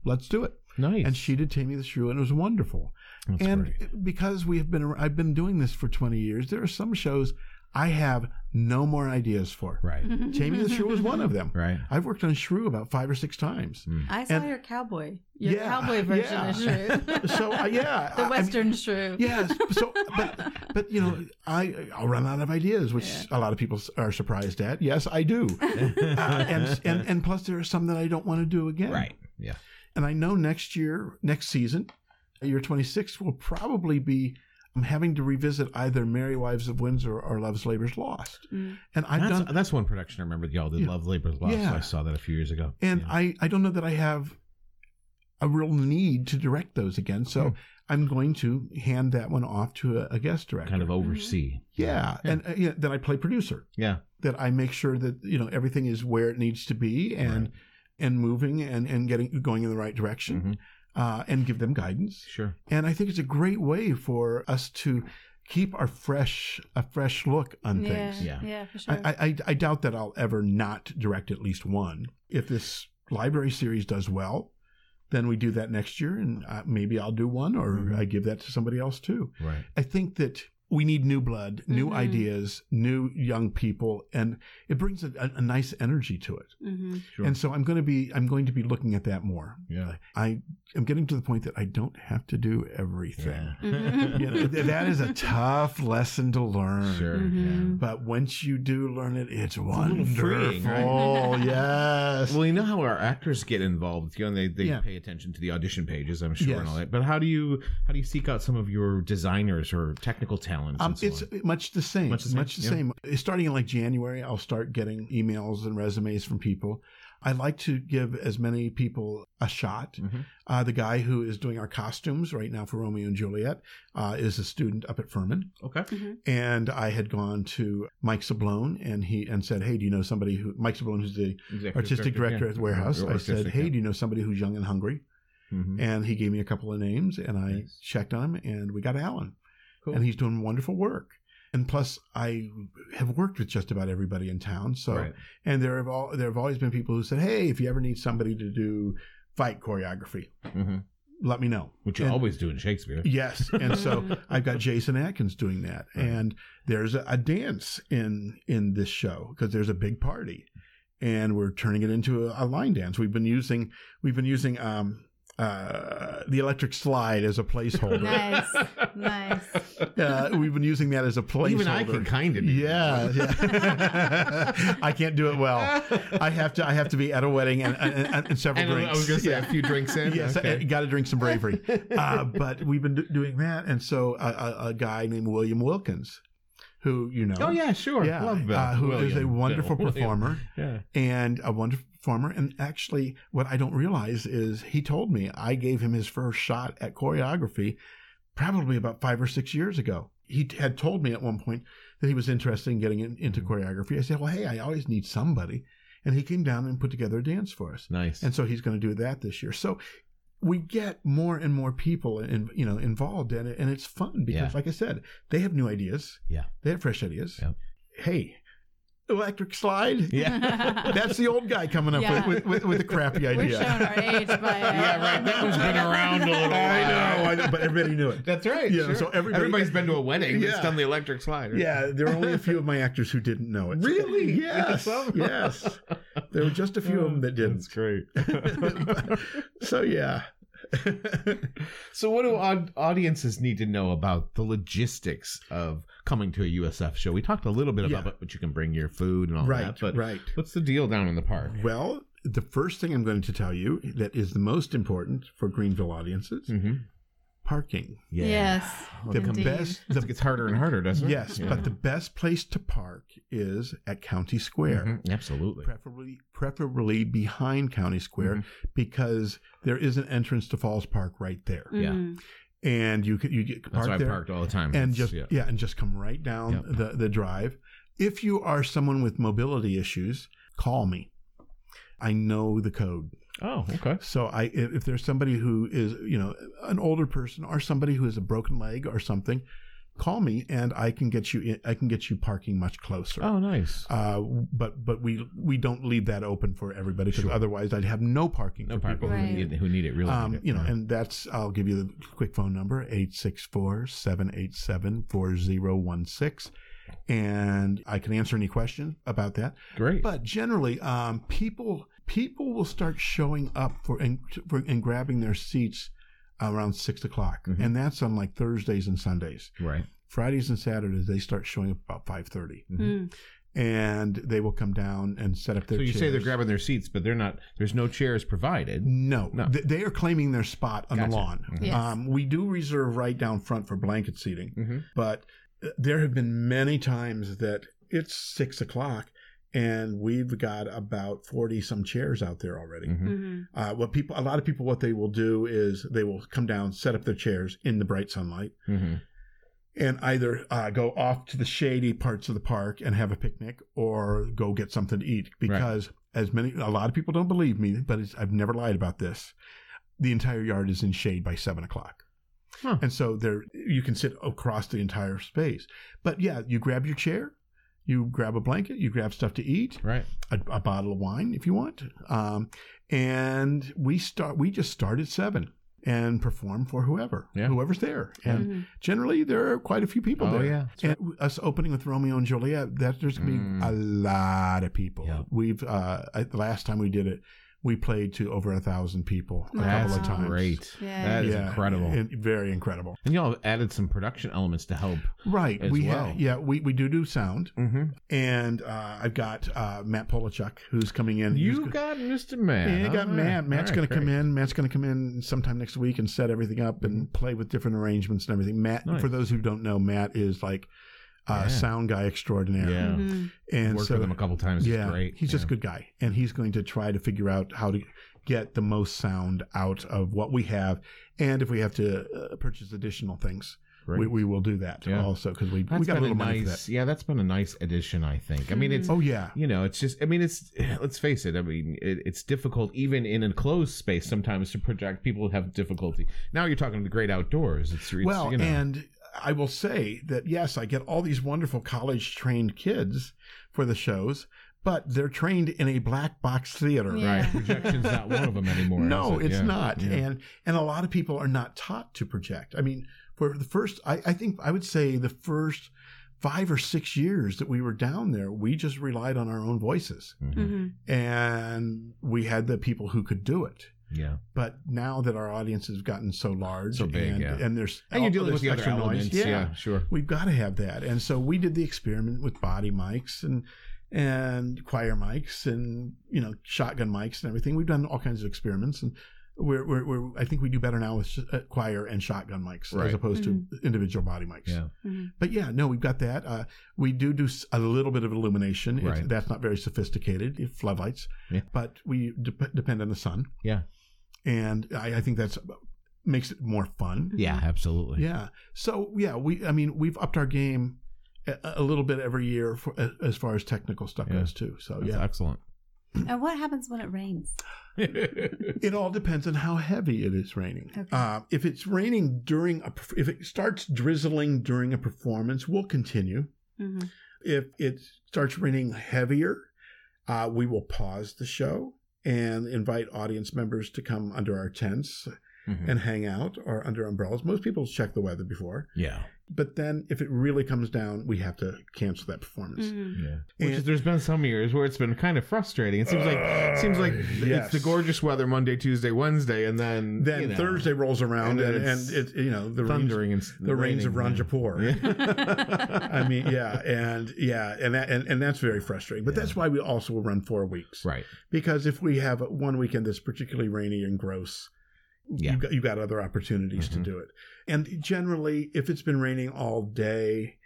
F: let's do it.
C: Nice.
F: and she did take me through, and it was wonderful. and because we have been, ar- I've been doing this for 20 years. There are some shows I have no more ideas for.
C: right.
F: Jamie the Shrew was one of them.
C: Right. Hmm.
F: I've worked on Shrew about five or six times.
D: I saw
F: And-
D: your cowboy. Your
F: Yeah,
H: Cowboy version of
F: yeah.
H: shrew.
F: So uh, yeah,
H: the
F: I- I mean-
H: Western shrew.
F: yes. So, but but you know, I I'll run out of ideas, which a lot of people s- are surprised at. Yes, I do. uh, and, and and plus, there are some that I don't want to do again.
C: Right. Yeah.
F: And I know next year, next season, year 26 will probably be I'm having to revisit either Merry Wives of Windsor or Love's Labor's Lost.
D: Mm.
F: And I've
C: That's,
F: done
C: that's one production I remember that y'all did.
F: Yeah.
C: Love Labor's Lost.
F: Yeah.
C: I saw that a few years ago.
F: and
C: Yeah.
F: I, I don't know that I have a real need to direct those again. So
C: Hmm.
F: I'm going to hand that one off to a, a guest director.
C: kind of oversee.
F: yeah. And uh, yeah, then I play producer.
C: Yeah.
F: That I make sure that you know everything is where it needs to be and and moving and and getting going in the right direction.
C: Mhm.
F: Uh, and give them guidance.
C: Sure.
F: And I think it's a great way for us to keep our fresh a fresh look on
H: Yeah,
F: things.
C: Yeah.
H: yeah. for sure.
F: I, I I doubt that I'll ever not direct at least one. If this library series does well, then we do that next year, and uh, maybe I'll do one, or
C: Mm-hmm.
F: I give that to somebody else too.
C: Right.
F: I think that we need new blood, new
H: Mhm.
F: ideas, new young people, and it brings a, a, a nice energy to it.
D: Mm-hmm.
C: Sure.
F: And so I'm going to be I'm going to be looking at that more.
C: Yeah.
F: I am getting to the point that I don't have to do everything.
D: Mhm.
F: You know, th- that is a tough lesson to learn.
C: Sure. Mm-hmm.
D: Mhm.
F: But once you do learn it, it's
C: little
F: wonderful.
C: freeing, right?
F: yes.
C: Well, you know how our actors get involved. You know, they, they
F: Yeah.
C: pay attention to the audition pages, I'm sure, and all
F: Yes.
C: that. But how do you how do you seek out some of your designers or technical talents?
F: Um,
C: and so
F: it's
C: on?
F: much the same.
C: Much the same, yeah.
F: Uh, Starting in like January, I'll start getting emails and resumes from people. I like to give as many people a shot.
C: Mhm.
F: Uh, the guy who is doing our costumes right now for Romeo and Juliet uh, is a student up at Furman,
C: okay.
F: and I had gone to Mike Sablone and he and said, "Hey, do you know somebody who Mike Sablone, who's the
C: Executive
F: artistic director
C: yeah.
F: at the warehouse?"
C: Or
F: I said,
C: artistic,
F: "Hey,
C: yeah.
F: do you know somebody who's young and hungry?"
C: Mhm.
F: and he gave me a couple of names and I
C: Nice.
F: checked on him and we got Alan.
C: Cool.
F: And he's doing wonderful work. And plus I have worked with just about everybody in town. So
C: Right.
F: and there have all there have always been people who said, Hey, if you ever need somebody to do fight choreography,
C: Mhm.
F: let me know.
C: Which you
F: And-
C: always do in Shakespeare.
F: Yes. And so I've got Jason Atkins doing that.
C: Right.
F: And there's a, a dance in in this show because there's a big party. And we're turning it into a, a line dance. We've been using we've been using um uh the electric slide as a placeholder.
H: nice, nice.
F: uh, we've been using that as a placeholder.
C: Even I can kind of do
F: Yeah, yeah. I can't do it well. I have to. I have to be at a wedding and and, and, and several
C: And I
F: drinks.
C: was going to say
F: Yeah.
C: a few drinks in.
F: Yes,
C: Okay.
F: got to drink some bravery. uh, but we've been do- doing that, and so uh, a, a guy named William Wilkins, who you know,
C: Oh yeah, sure.
F: yeah,
C: Love Bill.
F: uh, who is
C: William
F: a
C: Bill.
F: wonderful
C: William.
F: performer
C: Yeah.
F: and a wonderful performer. And actually, what I don't realize is he told me I gave him his first shot at choreography, probably about five or six years ago. He had told me at one point that he was interested in getting in,
C: Mm-hmm.
F: into choreography. I said, "Well, hey, I always need somebody," and he came down and put together a dance for us
C: Nice.
F: and so he's going to do that this year. So we get more and more people in, you know involved in it, and it's fun because,
C: Yeah.
F: like I said, they have new ideas.
C: Yeah.
F: they have fresh ideas.
C: Yeah.
F: Hey, electric slide.
C: yeah.
F: That's the old guy coming up
H: Yeah.
F: with, with, with a crappy
H: We're
F: idea.
H: showing our age by
C: Yeah, right.
D: uh,
C: That one's been around a little.
F: I know,
C: while.
F: I know, but everybody knew it.
C: That's right.
F: Yeah,
C: sure.
F: so everybody-
C: has been to a wedding
F: Yeah.
C: that's done the electric slide. right?
F: Yeah, there are only a few of my actors who didn't know it.
C: Really? Oh,
F: Yes. yes. There were just a few of them that didn't.
C: great.
F: So yeah.
C: so, what do aud- audiences need to know about the logistics of coming to a USF show? We talked a little bit
F: Yeah.
C: about it, but you can bring your food and all
F: Right,
C: that. But
F: right.
C: what's the deal down in the park?
F: Well, the first thing I'm going to tell you that is the most important for Greenville audiences
C: Mm-hmm.
F: parking.
H: Yes.
F: The
H: indeed.
F: best,
C: It
F: the,
C: gets harder and harder, doesn't it?
F: yes,
C: Yeah.
F: but the best place to park is at County Square.
C: Mhm, Absolutely.
F: Preferably, preferably behind County Square,
C: Mm-hmm.
F: because there is an entrance to Falls Park right there,
C: Yeah.
D: Mhm.
F: and you can you get
C: Mm. That's
F: park
C: why I
F: there
C: parked all the time.
F: and
C: It's-
F: just yeah. and just come right down
C: Yep.
F: the the drive. If you are someone with mobility issues, call me. I know the code.
G: Oh, okay.
F: So I if, if there's somebody who is, you know, an older person or somebody who has a broken leg or something, call me and I can get you in, I can get you parking much closer.
C: Oh, nice.
F: Uh, but but we we don't leave that open for everybody because
C: Sure.
F: otherwise I'd have no parking.
C: No
F: for
C: people
F: people.
C: who,
H: Right.
C: need, who need it really. need
F: Um,
C: it.
F: you know,
C: Yeah.
F: and that's I'll give you the quick phone number 864-787-4016 and I can answer any question about that.
C: great.
F: But generally, um, people people will start showing up for and for, and grabbing their seats around six o'clock,
C: Mhm.
F: and that's on like Thursdays and Sundays.
C: right.
F: Fridays and Saturdays they start showing up about five thirty,
D: Mm.
F: and they will come down and set up
C: Mm-hmm. So
F: their.
C: you say they're
F: chairs. Mm-hmm.
C: grabbing their seats, but they're not. There's no chairs provided.
F: No,
C: No.
F: They, they are claiming their spot on
C: Gotcha.
F: the lawn.
C: Mhm.
H: Yes.
F: Um, we do reserve right down front for blanket seating,
C: Mm-hmm.
F: but uh, there have been many times that it's six o'clock and we've got about 40 some chairs out there already
C: Mhm.
D: Mhm.
F: uh, what people a lot of people what they will do is they will come down set up their chairs in the bright sunlight
C: Mm-hmm.
F: and either uh, go off to the shady parts of the park and have a picnic or go get something to eat because as many a lot of people don't believe me but it's, i've never lied about this the entire yard is in shade by seven o'clock
C: Huh.
F: and so there you can sit across the entire space but yeah you grab your chair you grab a blanket you grab stuff to eat
C: Right.
F: a, a bottle of wine if you want. Um, and we start. We just start at seven and perform for whoever,
C: Yeah.
F: whoever's there. And
D: mm-hmm,
F: generally, there are quite a few people
C: Oh,
F: there.
C: yeah.
F: And us opening with Romeo and Juliet, that there's gonna be
C: Mm.
F: a lot of people.
C: Yeah.
F: We've uh, I- the last time we did it, we played to over a thousand people a
H: That's
F: couple of times.
C: great.
H: Yeah.
C: That is incredible.
F: and very incredible.
C: and y'all have added some production elements to help.
F: Right,
C: As
F: we
C: well.
F: have, yeah, we, we do do sound,
C: Mm-hmm.
F: and uh, I've got uh, Matt Polachuk who's coming in. He's
C: You
F: go-
C: got Mr. Man.
F: Yeah, I got
C: All right.
F: Matt. Matt's
C: All
F: going
C: right,
F: to come
C: great. Mm-hmm.
F: in. Matt's going to come in sometime next week and set everything up and play with different arrangements and everything. Matt,
C: Nice.
F: for those who don't know, Matt is like uh,
C: Yeah.
F: sound guy extraordinaire.
C: Yeah.
D: Mhm.
F: and
C: Worked
F: so
C: with him a couple times.
F: yeah,
C: it's great.
F: he's
C: yeah.
F: just a good guy, and he's going to try to figure out how to get the most sound out of what we have, and if we have to uh, purchase additional things,
C: Great.
F: we, we will do that
C: Yeah.
F: also because we
C: That's
F: we got a
C: been
F: little money
C: nice,
F: for
C: Yeah, that's been a nice addition. I think. I mean, it's
F: that. Oh yeah,
C: you know, it's just. I mean, it's. Let's face it. I mean, it, it's difficult even in a closed space sometimes to project. People have difficulty. Now you're talking to the great outdoors. It's, it's
F: Well,
C: you know,
F: and I will say that yes, I get all these wonderful college trained kids for the shows, but they're trained in a black box theater.
H: Yeah.
C: right? Projection's not one of them anymore. is
F: No,
C: it?
F: it's
C: Yeah,
F: not.
C: yeah.
F: And and a lot of people are not taught to project. I mean, for the first I, I think I would say the first five or six years that we were down there, we just relied on our own voices.
C: Mhm.
D: Mhm.
F: And we had the people who could do it.
C: yeah.
F: But now that our audience has gotten so large
C: So big,
F: and,
C: yeah.
F: and there's
C: And you're dealing with
F: there's
C: the other
F: extra
C: elements. Yeah. sure.
F: we've got to have that. And so we did the experiment with body mics and and choir mics and you know shotgun mics and everything. We've done all kinds of experiments and. We're, we're, we're, I think we do better now with sh- uh, choir and shotgun mics
C: Right.
F: as opposed to individual body mics.
C: Yeah.
D: Mhm.
F: But yeah, no, we've got that. Uh, we do do s- a little bit of illumination. It's-
C: Right.
F: That's not very sophisticated, eh, floodlights.
C: Yeah.
F: But we dep depend on the sun.
C: Yeah.
F: And I, I think that's makes it more fun.
C: Yeah, absolutely.
F: Yeah. So yeah, we I mean we've upped our game a, a little bit every year for, a- as far as technical stuff
C: Yeah.
F: goes too. So
C: That's
F: yeah,
C: excellent.
D: And what happens when it rains?
F: it all depends on how heavy it is raining. Uh, if it's raining during a perf- if it starts drizzling during a performance, we'll continue.
D: Mhm.
F: If it starts raining heavier, uh, we will pause the show and invite audience members to come under our tents
C: Mhm.
F: and hang out or under umbrellas. Most people check the weather before.
C: yeah.
F: But then if it really comes down, we have to cancel that performance.
D: Mhm.
C: Yeah.
F: And-
G: Which is, there's been some years where it's been kind of frustrating. It seems like seems like
F: Uh, yes.
G: it's the gorgeous weather Monday, Tuesday, Wednesday, and then
F: Then
G: you know,
F: Thursday rolls around and,
G: And
F: and,
G: it's
F: it, you know, the
G: thundering and
F: Rains, the rains of Ron Japour. I mean, yeah, and yeah, and that and, and that's very frustrating. But that's why we also will run four weeks,
C: Right.
F: Because if we have one weekend that's particularly rainy and gross,
C: Yeah.
F: you've got, you've got other opportunities
C: Mhm.
F: to do it. And generally, if it's been raining all day,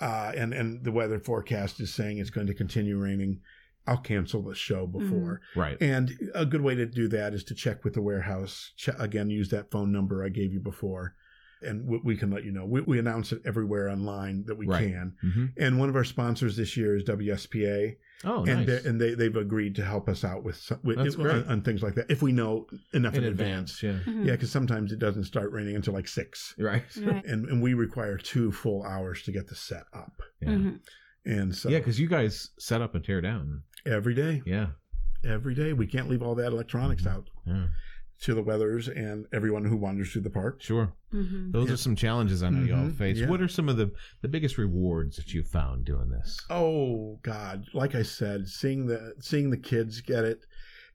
F: uh, and and the weather forecast is saying it's going to continue raining, I'll cancel the show before.
C: Right.
F: And a good way to do that is to check with the warehouse. Che- again, use that phone number I gave you before, and we, we can let you know. We, we announce it everywhere online that we
C: Right.
F: can.
C: Mhm.
F: And one of our sponsors this year is WSPA
C: Oh, nice.
F: and they and they they've agreed to help us out with, some, with
C: That's
F: on-
C: great.
F: On, things like that if we know enough in,
C: in
F: advance.
C: advance. Yeah.
D: mm-hmm,
F: Yeah, because sometimes it doesn't start raining until like six,
C: Right.
D: Right.
F: and and we require two full hours to get the set up,
C: Yeah.
D: Mhm.
F: and so
C: Yeah, because you guys set up and tear down.
F: every day,
C: Yeah.
F: every day we can't leave all that electronics out
C: Mm-hmm. Yeah.
F: to the weathers and everyone who wanders through the park.
C: Sure.
D: Mhm.
C: Those are some challenges I know y'all
F: Mhm,
C: face.
F: yeah.
C: What are some of the the biggest rewards that you found doing this?
F: Oh God! Like I said, seeing the seeing the kids get it.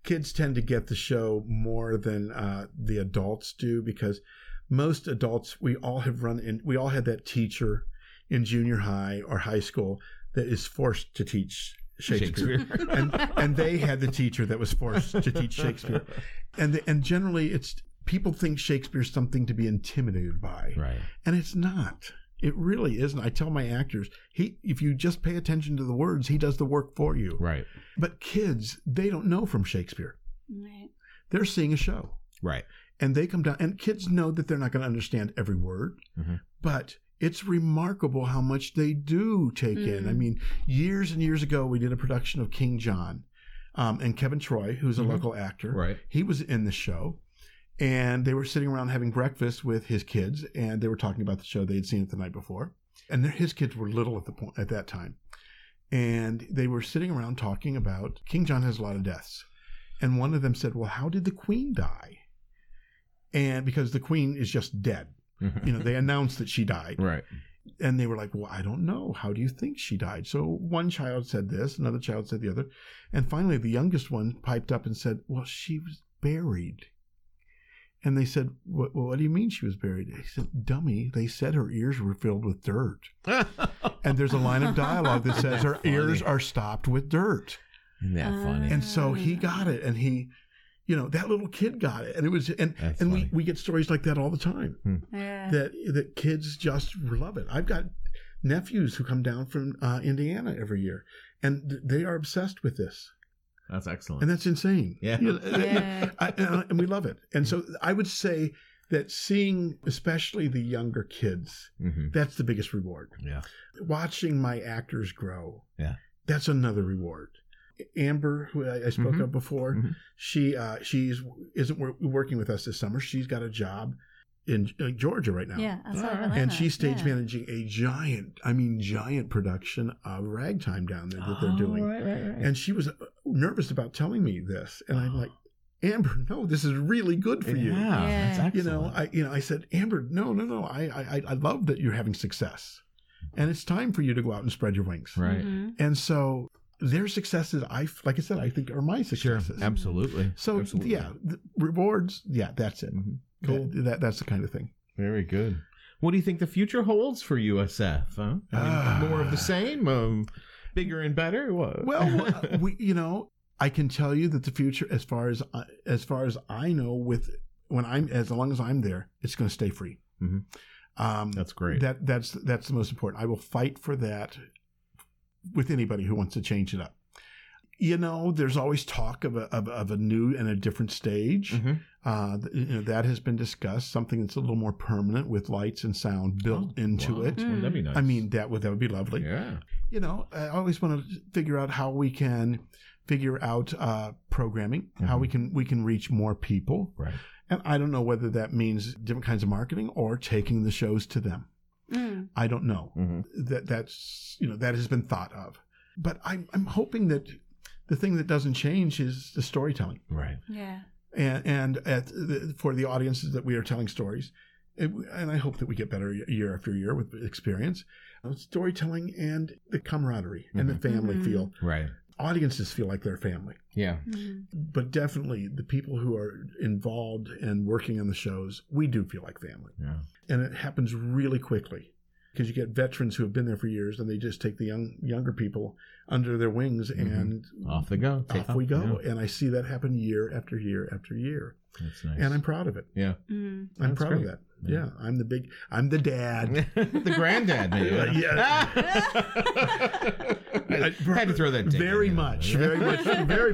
F: Kids tend to get the show more than uh, the adults do because most adults we all have run in. We all had that teacher in junior high or high school that is forced to teach Shakespeare, and and they had the teacher that was forced to teach Shakespeare, and the, and generally it's people think Shakespeare's something to be intimidated by
C: right.
F: and it's not it really isn't i tell my actors he if you just pay attention to the words he does the work for you
C: Right.
F: but kids they don't know from shakespeare
D: Right.
F: they're seeing a show
C: Right.
F: and they come down and kids know that they're not going to understand every word
C: Mhm.
F: but it's remarkable how much they do take in i mean years and years ago we did a production of king john um, and kevin troy who's a local actor
C: Mm-hmm. Right.
F: he was in the show and they were sitting around having breakfast with his kids and they were talking about the show they had seen it the night before and their, his kids were little at the point at that time and they were sitting around talking about king john has a lot of deaths and one of them said well how did the queen die and because the queen is just dead you know they announced that she died
C: Mm-hmm. Right.
F: and they were like, "Well, I don't know. How do you think she died?" So one child said this, another child said the other, and finally the youngest one piped up and said, "Well, she was buried." And they said, "What, what do you mean she was buried?" He said, "Dummy, they said her ears were filled with dirt." and there's a line of dialogue that says her ears are stopped with dirt.
C: Isn't that funny?
F: And so he got it, and he, you know, that little kid got it, and it was, and
C: That's
F: and
C: funny.
F: we we get stories like that all the time
D: Yeah.
F: that that kids just love it. I've got nephews who come down from uh, Indiana every year, and th- they are obsessed with this,
C: That's excellent.
F: and that's insane.
C: Yeah.
F: You know, uh,
H: Yeah.
F: I, uh, and, and we love it. And so I would say that seeing, especially the younger kids,
C: mm-hmm.
F: that's the biggest reward.
C: Yeah.
F: Watching my actors grow.
C: Yeah.
F: That's another reward. Amber, who I, I spoke
C: Mhm.
F: of before,
C: Mhm.
F: she uh, she's isn't wor- working with us this summer. She's got a job in uh, Georgia right now.
H: Yeah, outside of
G: Alright.
H: Atlanta.
F: And she's stage
H: yeah.
F: managing a giant, I mean, giant production of Ragtime down there that they're doing.
G: right, right, right.
F: And she was uh, nervous about telling me this. And I'm like, Amber, no, this is really good for you.
C: Yeah, that's
H: Yeah.
C: excellent.
F: You know, I you know, I said, Amber, no, no, no. I, I I- I love that you're having success. And it's time for you to go out and spread your wings.
C: right.
D: Mhm.
F: And so their successes, I like I said, I think are
G: Mm-hmm.
F: my
C: Sure.
F: successes.
C: Absolutely.
F: So
C: Absolutely.
F: yeah, the rewards, yeah, that's it.
C: Mhm.
F: Cool. That, that- that's the kind of thing.
C: Very good. What do you think the future holds for USF? Huh? I mean,
F: Ah.
C: more of the same, um, bigger and better. What?
F: Well, uh, we, you know, I can tell you that the future, as far as I, as far as I know, with when I'm as long as I'm there, it's going to stay free.
C: Mhm.
F: Um,
C: that's great.
F: That that's that's the most important. I will fight for that with anybody who wants to change it up. You know, there's always talk of a of, of a new and a different stage.
C: Mhm.
F: Uh, th- you know, that has been discussed. Something that's a little more permanent with lights and sound built
C: Oh,
F: into
C: wow.
F: it.
C: Well, that'd be nice.
F: I mean, that would that would be lovely
C: yeah.
F: you know, I always want to figure out how we can figure out uh, programming, how we can we can reach more people.
C: Right.
F: And I don't know whether that means different kinds of marketing or taking the shows to them.
D: Mm.
F: I don't know.
C: Mhm.
F: That that's you know that has been thought of, but I'm I'm hoping that the thing that doesn't change is the storytelling
C: Right.
D: Yeah.
F: and and at the, for the audiences that we are telling stories. It- and I hope that we get better year after year with experience, Uh, storytelling, and the camaraderie and the family
D: Mhm.
F: feel.
C: Right.
F: Audiences feel like they're family,
C: Yeah.
D: Mhm.
F: but definitely the people who are involved and working on the shows, we do feel like family,
C: Yeah.
F: and it happens really quickly because you get veterans who have been there for years, and they just take the young younger people under their wings
C: Mhm.
F: and
C: Off they go. Take
F: off we go.
C: Yeah.
F: And I see that happen year after year after year.
C: That's nice.
F: and I'm proud of it.
C: yeah.
D: Mm.
F: I'm
C: That's
F: proud of
C: great.
F: that. Yeah. I'm the big. I'm the dad.
G: the granddad. Maybe.
F: Yeah,
G: I had to throw that. dig in
F: Very
G: there.
F: much, very much, very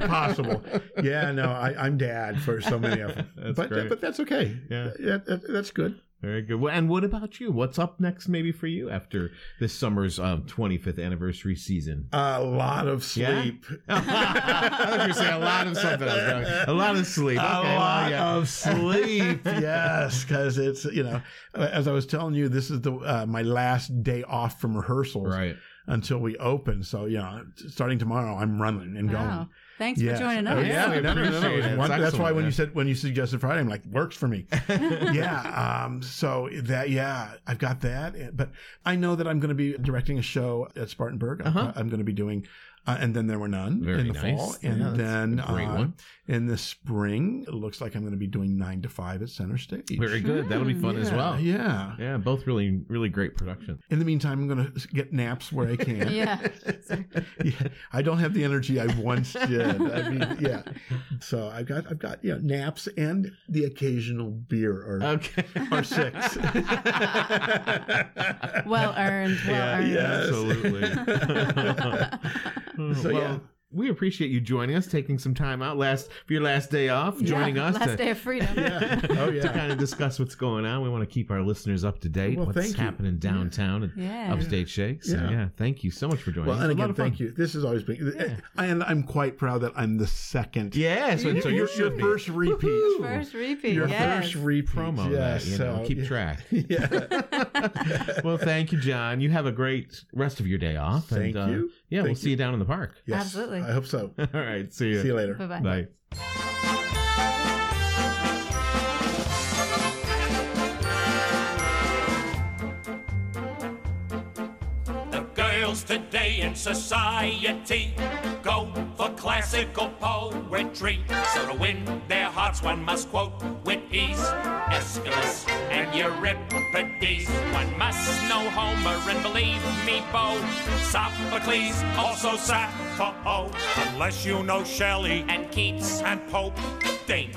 F: possible. Yeah, no, I, I'm dad for so many of them,
C: That's
F: but
C: great.
F: but that's okay.
C: Yeah.
F: That- that- that's good.
C: Very good. Well, and what about you? What's up next, maybe for you after this summer's um, 25th anniversary season?
F: A lot of
C: Yeah?
F: sleep.
C: I was going to say a lot of something. else. A lot of sleep.
F: a
C: Okay, well,
F: lot
C: yeah.
F: of sleep. yes, because it's you know, as I was telling you, this is the uh, my last day off from rehearsals
C: Right.
F: until we open. So you know, starting tomorrow, I'm running and
D: Wow.
F: going.
D: Thanks for joining
F: Oh,
D: us.
C: Yeah, we
F: no, no, no, no, no.
C: appreciate it.
F: One-
C: It's
F: that's why
C: excellent,
F: when
C: yeah.
F: you said when you suggested Friday, I'm like, works for me. yeah. Um, so that yeah, I've got that. But I know that I'm going to be directing a show at Spartanburg.
C: Uh-huh.
F: I'm going to be doing. Uh, and then there were none
C: Very
F: in the
C: nice.
F: fall, and
C: Yeah, that's
F: then
C: a great
F: uh,
C: one.
F: in the spring, it looks like I'm going to be doing nine to five at Center Stage.
C: Very good. That'll be fun as
F: Yeah,
C: well.
F: Yeah.
C: Yeah, both really, really great productions.
F: In the meantime, I'm going to get naps where I can.
H: Yeah.
F: Yeah. I don't have the energy I once did. I mean, yeah. So I've got I've got you know, naps and the occasional beer or
C: Okay.
F: or six.
D: Well earned. Well earned.
C: Absolutely.
F: So, Hmm.
C: well,
F: yeah.
C: we appreciate you joining us, taking some time out last for your last day off, joining
D: Yeah,
C: us
D: Last
C: to,
D: day of freedom.
F: yeah. Oh
C: to
F: yeah.
C: kind of discuss what's going on. We want to keep our listeners up to date,
F: Well,
C: what's
F: thank you.
C: happening downtown and
D: Yeah.
C: upstate shakes. So, Yeah.
F: Yeah.
C: thank you so much for joining
F: Well,
C: us.
F: and
C: A lot
F: again,
C: of fun.
F: thank you. This has always been, and I'm quite proud that I'm the second.
C: Yeah, so, so you
F: your,
C: should
F: your
C: be.
F: first repeat.
D: First repeat.
F: Your
D: yes.
F: first repeat.
C: promo
F: Yes,
C: that, you know,
F: so,
C: keep
F: yeah.
C: track.
F: Yeah.
C: well, thank you, John. You have a great rest of your day off.
F: Thank
C: and, uh,
F: you.
C: Yeah, we'll
F: Thank
C: see you down in the park.
F: Yes,
D: Absolutely.
F: I hope so.
C: All right, see you.
F: See you later.
H: Bye bye.
C: Bye.
A: The girls today in society go for classical poetry. So to win their hearts, one must quote with ease Aeschylus and Euripides. One must know Homer and believe me, Bo, Sophocles, also Sappho. Unless you know Shelley and Keats and Pope. Dainty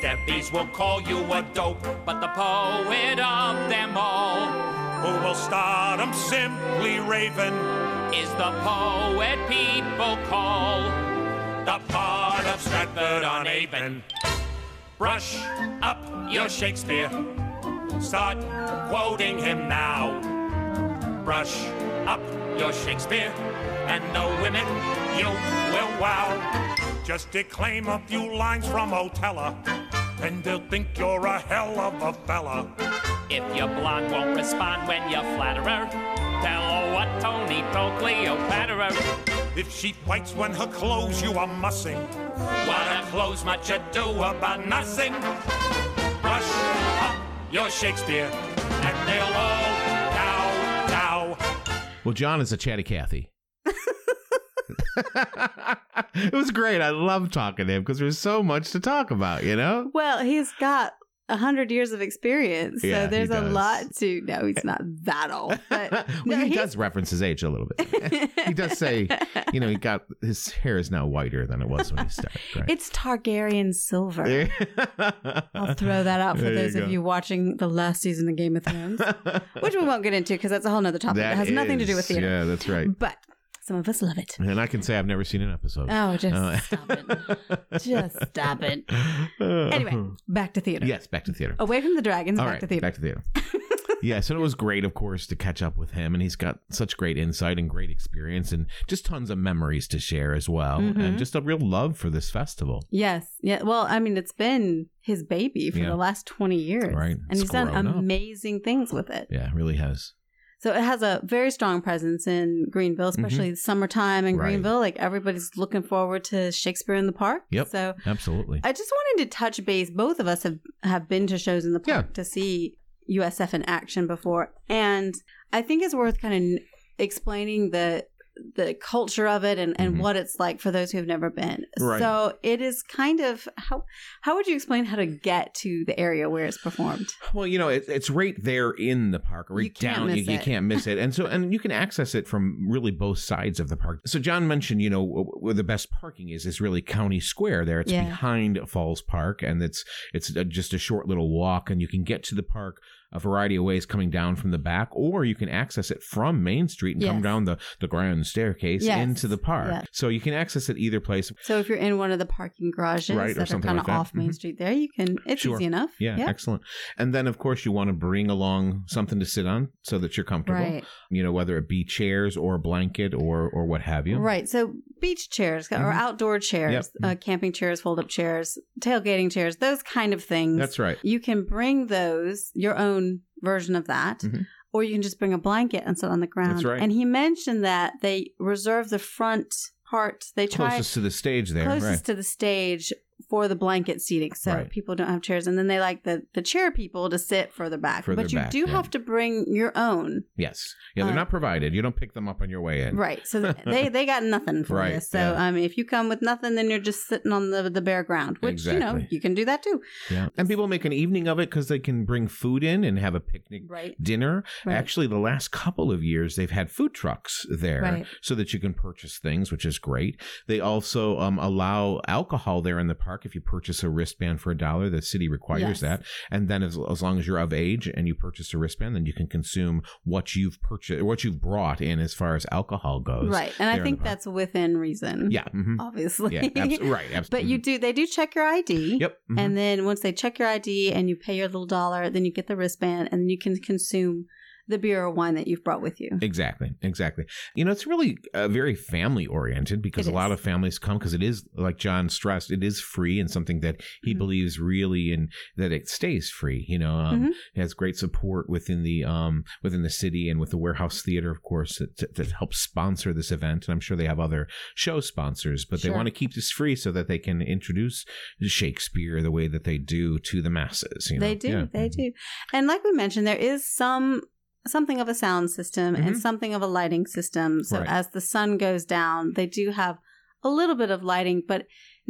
A: Debbies will call you a dope, but the poet of them all who will start I'm simply raving is the poet people call the part of Stratford on Avon. Brush up your Shakespeare. Start quoting him now. Brush up your Shakespeare, and the women you will wow. Just declaim a few lines from Otella, and they'll think you're a hell of a fella. If your blonde won't respond when you flatter her, tell her what Tony told Cleopatra. If she bites when her clothes you are mussing, wanna close much ado about nothing. Brush up your Shakespeare, and they'll all bow, bow.
C: Well, John is a chatty Cathy. it was great. I love talking to him because there's so much to talk about, you know?
D: Well, he's got a hundred years of experience, so
C: Yeah, he
D: there's a
C: does.
D: lot to. No, he's not that old, but
C: well,
D: no,
C: he
D: he's-
C: does reference his age a little bit. he does say, you know, he got his hair is now whiter than it was when he started. Right?
D: It's Targaryen silver. I'll throw that out for
C: There you
D: those
C: go.
D: of you watching the last season of Game of Thrones, which we won't get into because that's a whole nother topic. That, has nothing to do with
C: is-
D: theater,
C: Yeah, that's right.
D: but some of us love it.
C: And I can say I've never seen an episode.
D: Oh, just
C: Uh,
D: stop it! Just stop it. Anyway, back to theater.
C: Uh, yes, back to theater.
D: Away from the dragons,
C: All
D: back
C: right,
D: to theater.
C: Back to theater. yeah, so it was great, of course, to catch up with him, and he's got such great insight and great experience, and just tons of memories to share as well,
D: Mm-hmm.
C: and just a real love for this festival.
D: Yes. Yeah. Well, I mean, it's been his baby for
C: Yeah.
D: the last 20 years.
C: Right.
D: And
C: It's
D: he's done
C: grown up.
D: amazing things with it.
C: Yeah, it really has.
D: So it has a very strong presence in Greenville, especially summertime in
C: Mm-hmm. Right.
D: Greenville. Like everybody's looking forward to Shakespeare in the Park.
C: Yep.
D: So
C: Absolutely.
D: I just wanted to touch base. Both of us have, have been to shows in the park
C: Yeah.
D: to see USF in action before. And I think it's worth kind of explaining the the culture of it and, and
C: Mhm.
D: what it's like for those who have never been.
C: Right.
D: So it is kind of how how would you explain how to get to the area where it's performed?
C: Well, you know, it, it's right there in the park, right
D: You can't
C: down. You,
D: miss
C: you
D: it.
C: can't miss it, and so and you can access it from really both sides of the park. So John mentioned, you know, wh- where the best parking is is really County Square. There, it's
D: Yeah.
C: behind Falls Park, and it's it's uh just a short little walk, and you can get to the park a variety of ways coming down from the back, or you can access it from Main Street and come
D: Yes.
C: down the the grand staircase
D: Yes.
C: into the park.
D: Yeah.
C: So you can access it either place.
D: So if you're in one of the parking garages
C: Right, or
D: that are
C: something
D: kind
C: like
D: of
C: that.
D: off Main
C: Mhm.
D: Street there, you can it's
C: Sure.
D: easy enough.
C: Yeah, excellent. And then, of course, you want to bring along something to sit on so that you're comfortable.
D: Right.
C: you know whether it be chairs or a blanket or or what have you
D: Right. So beach chairs or
C: Mhm.
D: outdoor chairs, uh, camping chairs, fold up chairs, tailgating chairs, those kind of things.
C: that's right
D: You can bring those, your own version of that,
C: Mhm.
D: or you can just bring a blanket and sit on the ground.
C: That's right.
D: And he mentioned that they reserve the front part, they try
C: closest to the stage there
D: closest
C: right
D: to the stage for the blanket seating so
C: Right.
D: people don't have chairs and then they like the, the chair people to sit further back
C: Further
D: but you
C: back,
D: do
C: yeah.
D: have to bring your own
C: yes yeah they're
D: Uh,
C: not provided you don't pick them up on your way in
D: right so th- they they got nothing for
C: Right,
D: you so
C: yeah.
D: um, if you come with nothing then you're just sitting on the, the bare ground which you know
C: Exactly.
D: you can do that too
C: yeah. and people make an evening of it because they can bring food in and have a picnic
D: right
C: dinner
D: Right.
C: actually the last couple of years they've had food trucks there
D: Right.
C: so that you can purchase things which is great they also um, allow alcohol there in the park if you purchase a wristband for a dollar the city requires
D: Yes.
C: that and then as, as long as you're of age and you purchase a wristband then you can consume what you've purchased what you've brought in as far as alcohol goes
D: right and
C: there in
D: i
C: the
D: think
C: park.
D: that's within reason
C: yeah mhm.
D: obviously
C: yeah abs- right abs-
D: but you
C: mhm.
D: do they do check your id
C: yep mhm.
D: and then once they check your id and you pay your little dollar then you get the wristband and then you can consume the beer or wine that you've brought with you
C: Exactly, exactly. You know, it's really uh, very family oriented because
D: It
C: a lot of
D: is.
C: families come because it is, like John stressed, it is free and something that he
D: Mhm.
C: believes really in that it stays free. You know, um,
D: Mhm.
C: it has great support within the um within the city and with the Warehouse Theater, of course, that, that- that helps sponsor this event. And I'm sure they have other show sponsors, but they
D: Sure.
C: want to keep this free so that they can introduce Shakespeare the way that they do to the masses. You know?
D: they do
C: Yeah. Mm-hmm.
D: they do and like we mentioned there is some something of a sound system and
C: Mhm.
D: something of a lighting system so
C: Right.
D: as the sun goes down they do have a little bit of lighting but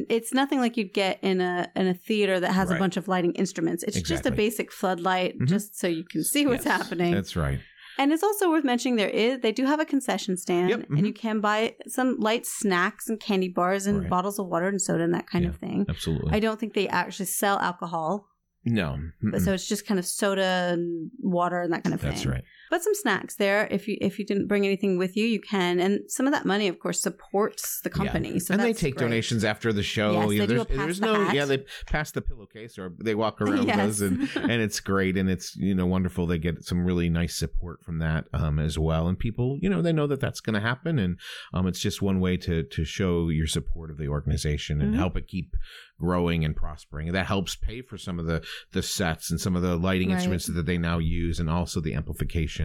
D: it's nothing like you'd get in a in a theater that has
C: Right.
D: a bunch of lighting instruments it's just a
C: Exactly.
D: basic floodlight
C: Mhm.
D: just so you can see what's
C: Yes,
D: happening
C: That's right.
D: and it's also worth mentioning there is they do have a concession stand
C: Yep, mhm.
D: and you can buy some light snacks and candy bars and
C: Right.
D: bottles of water and soda and that kind
C: Yeah.
D: of thing
C: Absolutely.
D: i don't think they actually sell alcohol
C: no.
D: but
C: Mm-mm.
D: so it's just kind of soda and water and that kind of thing.
C: That's right.
D: But some snacks there. If you if you didn't bring anything with you, you can. And some of that money, of course, supports the
C: Yeah.
D: company. So
C: and they
D: that's
C: take
D: great.
C: donations after the show.
D: Yes,
C: you know,
D: they do
C: there's,
D: a pass
C: there's
D: the
C: no,
D: hat.
C: yeah, they pass the pillowcase or they walk around with us,
D: Yes.
C: and and it's great, and it's you know wonderful. They get some really nice support from that um, as well, and people, you know, they know that that's going to happen, and um, it's just one way to to show your support of the organization and
D: Mhm.
C: help it keep growing and prospering. And that helps pay for some of the the sets and some of the lighting
D: Right.
C: instruments that they now use, and also the amplification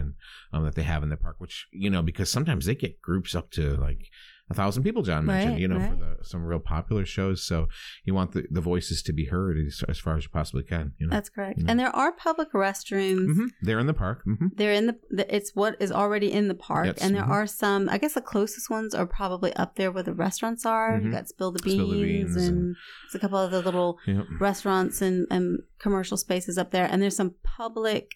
C: um, that they have in the park, which you know because sometimes they get groups up to like a thousand people. John mentioned,
D: Right,
C: you know, for
D: right.
C: the, some real popular shows. So you want the, the voices to be heard as, as far as you possibly can. You know,
D: That's correct.
C: Yeah.
D: And there are public restrooms.
C: Mhm. they're in the park. hmm
D: They're in the, the. It's what is already in the park,
C: Yes,
D: and there
C: mhm.
D: are some. I guess the closest ones are probably up there where the restaurants are.
C: Mhm.
D: You got Spill the Beans,
C: Spill the Beans
D: and,
C: and-
D: there's a couple other little
C: Yep.
D: restaurants and, and commercial spaces up there, and there's some public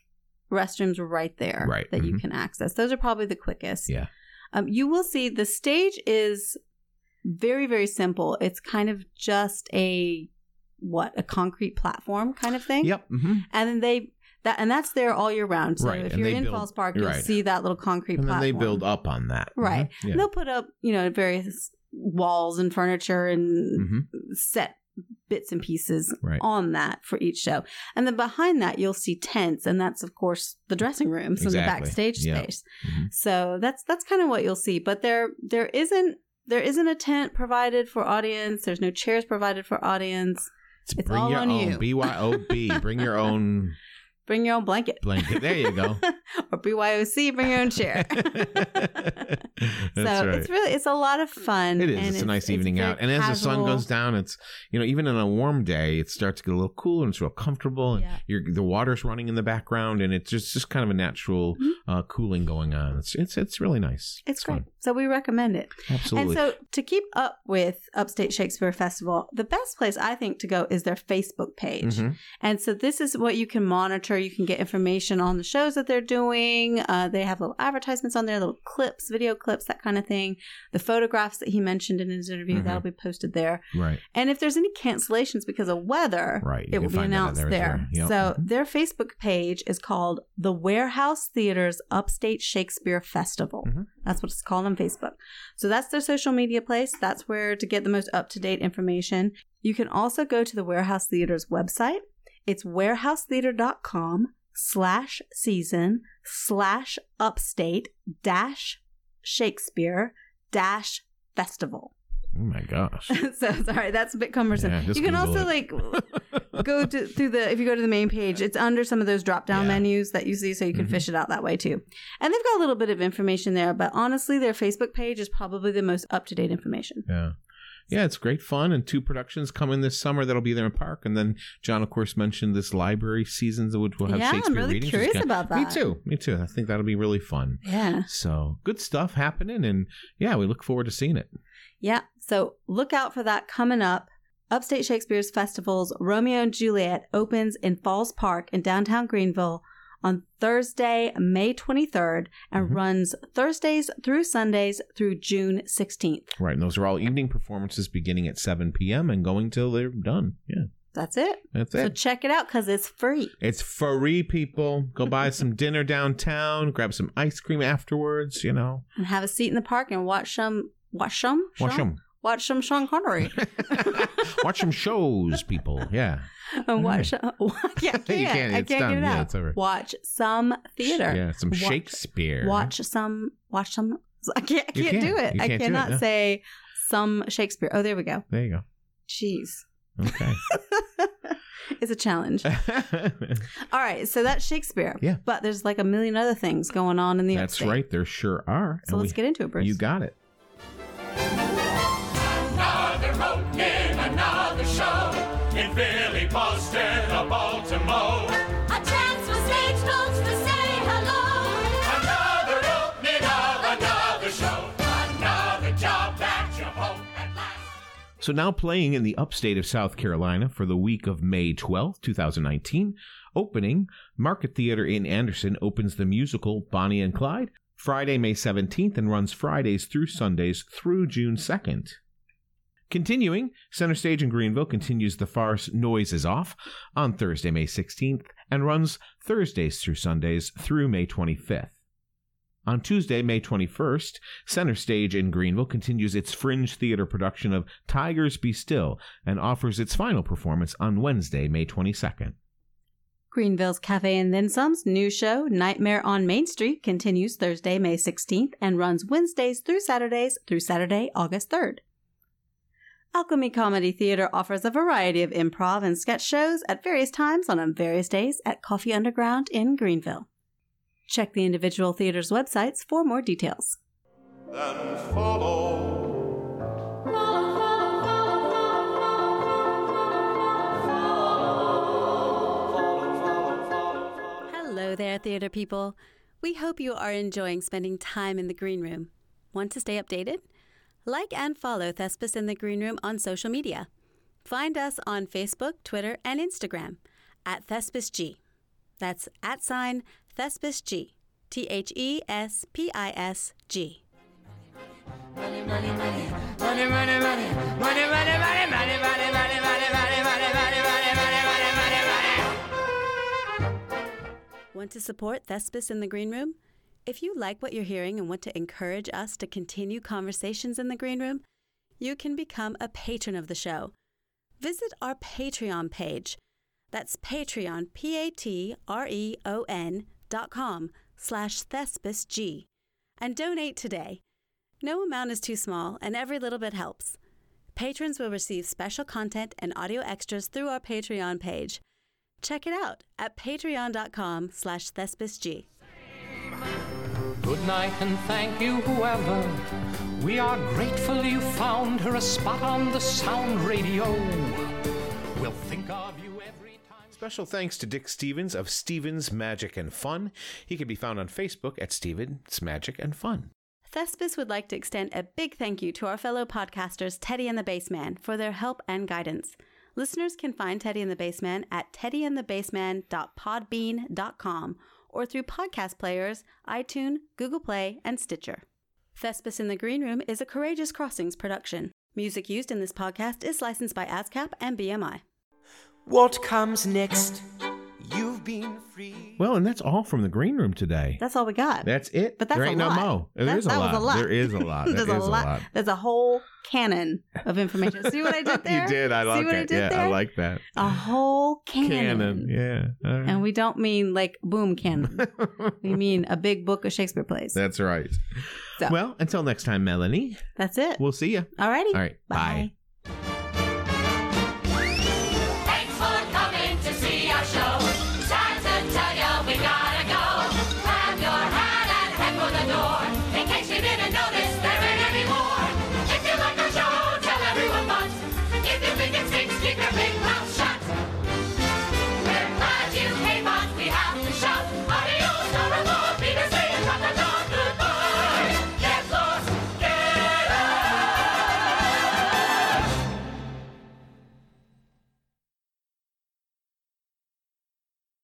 D: restrooms right there
C: Right,
D: that you
C: mhm.
D: can access. Those are probably the quickest.
C: Yeah.
D: Um, you will see the stage is very very simple. It's kind of just a what a concrete platform kind of thing.
C: Yep. hmm
D: And then they that and that's there all year round. So
C: Right,
D: if
C: and
D: you're
C: they
D: in
C: build-
D: Falls Park, you'll
C: right.
D: see that little concrete
C: And then
D: platform.
C: they build up on that.
D: Right.
C: Mhm. Yeah.
D: They'll put up you know various walls and furniture and
C: Mhm.
D: set bits and pieces
C: Right.
D: on that for each show. And then behind that, you'll see tents, and that's of course the dressing rooms and the
C: Exactly.
D: backstage
C: Yeah.
D: space.
C: Mhm.
D: So that's that's kind of what you'll see. But there there isn't there isn't a tent provided for audience. There's no chairs provided for audience. It's
C: Bring
D: all
C: your
D: on
C: own
D: you.
C: BYOB. Bring your own
D: Bring your own blanket.
C: blanket. There you go.
D: or BYOC, bring your own chair.
C: That's
D: so
C: right.
D: it's really it's a lot of fun.
C: It is.
D: and
C: It's, a nice evening
D: very
C: out. And as the sun
D: casual.
C: goes down, it's you know even on a warm day, it starts to get a little cooler and it's real comfortable. And
D: Yeah.
C: you're, the water's running in the background, and it's just just kind of a natural uh, cooling going on. It's it's it's really nice.
D: Mm-hmm. It's great.
C: fun.
D: So we recommend it.
C: Absolutely.
D: And so to keep up with Upstate Shakespeare Festival, the best place I think to go is their Facebook page.
C: Mhm.
D: And so this is what you can monitor. You can get information on the shows that they're doing. Uh, they have little advertisements on there, little clips, video clips, that kind of thing. The photographs that he mentioned in his interview,
C: Mhm.
D: that'll be posted there.
C: Right.
D: And if there's any cancellations because of weather,
C: Right, you
D: it
C: can
D: will be
C: find that out
D: announced
C: there
D: there.
C: as well. Yep. mm-hmm.
D: So their Facebook page is called The Warehouse Theater's Upstate Shakespeare Festival.
C: Mhm.
D: That's what it's called on Facebook. So that's their social media place. That's where to get the most up to date information. You can also go to the Warehouse Theater's website. It's warehousetheater.com slash season slash upstate dash Shakespeare dash festival.
C: Oh my gosh.
D: so sorry, that's a bit cumbersome.
C: Yeah, just
D: you can
C: Google
D: also
C: it.
D: like go to through the if you go to the main page, it's under some of those drop down
C: Yeah.
D: menus that you see, so you can
C: Mhm.
D: fish it out that way too. And they've got a little bit of information there, but honestly, their Facebook page is probably the most up to date information.
C: Yeah. Yeah, it's great fun, and two productions coming this summer that'll be there in park. And then John, of course, mentioned this library seasons, which will have
D: Yeah, I'm
C: Shakespeare
D: really
C: readings.
D: curious
C: It's
D: about
C: Me
D: that.
C: too. Me too. I think that'll be really fun.
D: Yeah,
C: So good stuff happening, and yeah, we look forward to seeing it.
D: yeah. So look out for that coming up. Upstate Shakespeare's festivals Romeo and Juliet opens in Falls Park in downtown Greenville on Thursday, May 23rd, and
C: Mhm.
D: runs Thursdays through Sundays through June 16th.
C: Right, and those are all evening performances beginning at 7 p.m. and going till they're done. Yeah,
D: That's it.
C: that's
D: So
C: it.
D: check it out because it's free.
C: It's free, people. Go buy some dinner downtown, grab some ice cream afterwards, you know.
D: And have a seat in the park and watch some, watch some,
C: Watch
D: Sean?
C: them.
D: watch some Sean Connery,
C: Watch some shows, people. Yeah.
D: and watch. some- I can't,
C: You can't,
D: I
C: it's
D: can't get
C: done.
D: it out.
C: Yeah, it's over.
D: Watch some theater.
C: Yeah, some
D: Watch-
C: Shakespeare.
D: Watch some. Watch some. I can't. I
C: You
D: can't,
C: can't.
D: do it.
C: You
D: I
C: can't do it,
D: cannot
C: no.
D: say some Shakespeare. Oh, there we go.
C: There you
D: Jeez,
C: go. Okay.
D: it's a challenge. All right, so that's Shakespeare.
C: Yeah.
D: But there's like a million other things going on in the.
C: That's
D: upstate.
C: right. There sure are.
D: So
C: And
D: let's
C: we-
D: get into it, Bruce.
C: You got it.
A: Another road in another show in Philly, Boston, or Baltimore.
I: A chance for stagecoach to say hello.
A: Another opening of another show. Another job at your home at last.
C: So now playing in the upstate of South Carolina for the week of May 12th, 2019, opening Market Theater in Anderson opens the musical Bonnie and Clyde Friday, May 17th and runs Fridays through Sundays through June 2nd. Continuing, Center Stage in Greenville continues the farce Noise is Off on Thursday, May 16th and runs Thursdays through Sundays through May 25th. On Tuesday, May 21st, Center Stage in Greenville continues its fringe theater production of Tigers Be Still and offers its final performance on Wednesday, May 22nd.
D: Greenville's Cafe and Then Some's new show, Nightmare on Main Street, continues Thursday, May 16th and runs Wednesdays through Saturdays through Saturday, August 3rd. Alchemy Comedy Theater offers a variety of improv and sketch shows at various times on various days at Coffee Underground in Greenville. Check the individual theater's websites for more details.
A: Then follow.
D: Hello there, theater people. We hope you are enjoying spending time in the green room. Want to stay updated? Like and follow Thespis in the Green Room on social media. Find us on Facebook, Twitter, and Instagram at Thespis G. That's at sign Thespis G. T H E S P I S G. Want to support Thespis in the Green Room? If you like what you're hearing and want to encourage us to continue conversations in the Green Room, you can become a patron of the show. Visit our Patreon page. That's Patreon, P-A-T-R-E-O-N E dot com slash Thespis G. And donate today. No amount is too small, and every little bit helps. Patrons will receive special content and audio extras through our Patreon page. Check it out at patreon.com slash thespis g.
E: Good night and thank you, whoever. We are grateful you found her a spot on the sound radio. We'll think of you every time.
C: Special thanks to Dick Stevens of Stevens Magic and Fun. He can be found on Facebook at Stevens Magic and Fun.
D: Thespis would like to extend a big thank you to our fellow podcasters Teddy and the Baseman for their help and guidance. Listeners can find Teddy and the Baseman at teddyandthebaseman.podbean.com or through podcast players iTunes, Google Play, and Stitcher. Thespis in the Green Room is a Courageous Crossings production. Music used in this podcast is licensed by ASCAP and BMI.
E: What comes next? You've been free.
C: Well, and that's all from the green room today.
D: That's all we got.
C: That's it.
D: but that's
C: there
D: a
C: ain't
D: lot.
C: no mo. There
D: That-
C: is
D: that
C: a lot.
D: Was a lot.
C: There is a lot.
D: There's
C: There
D: a
C: is
D: lot. There's a whole canon of information. See what I did there?
C: you did. I
D: See
C: like
D: what
C: it.
D: I did
C: yeah,
D: there?
C: I like that.
D: a whole canon.
C: Cannon. Yeah. All right.
D: And we don't mean like boom cannon. we mean a big book of Shakespeare plays.
C: That's right.
D: So-
C: Well, until next time, Melanie,
D: That's it.
C: we'll see you.
D: Alrighty.
C: All right. Bye.
D: Bye.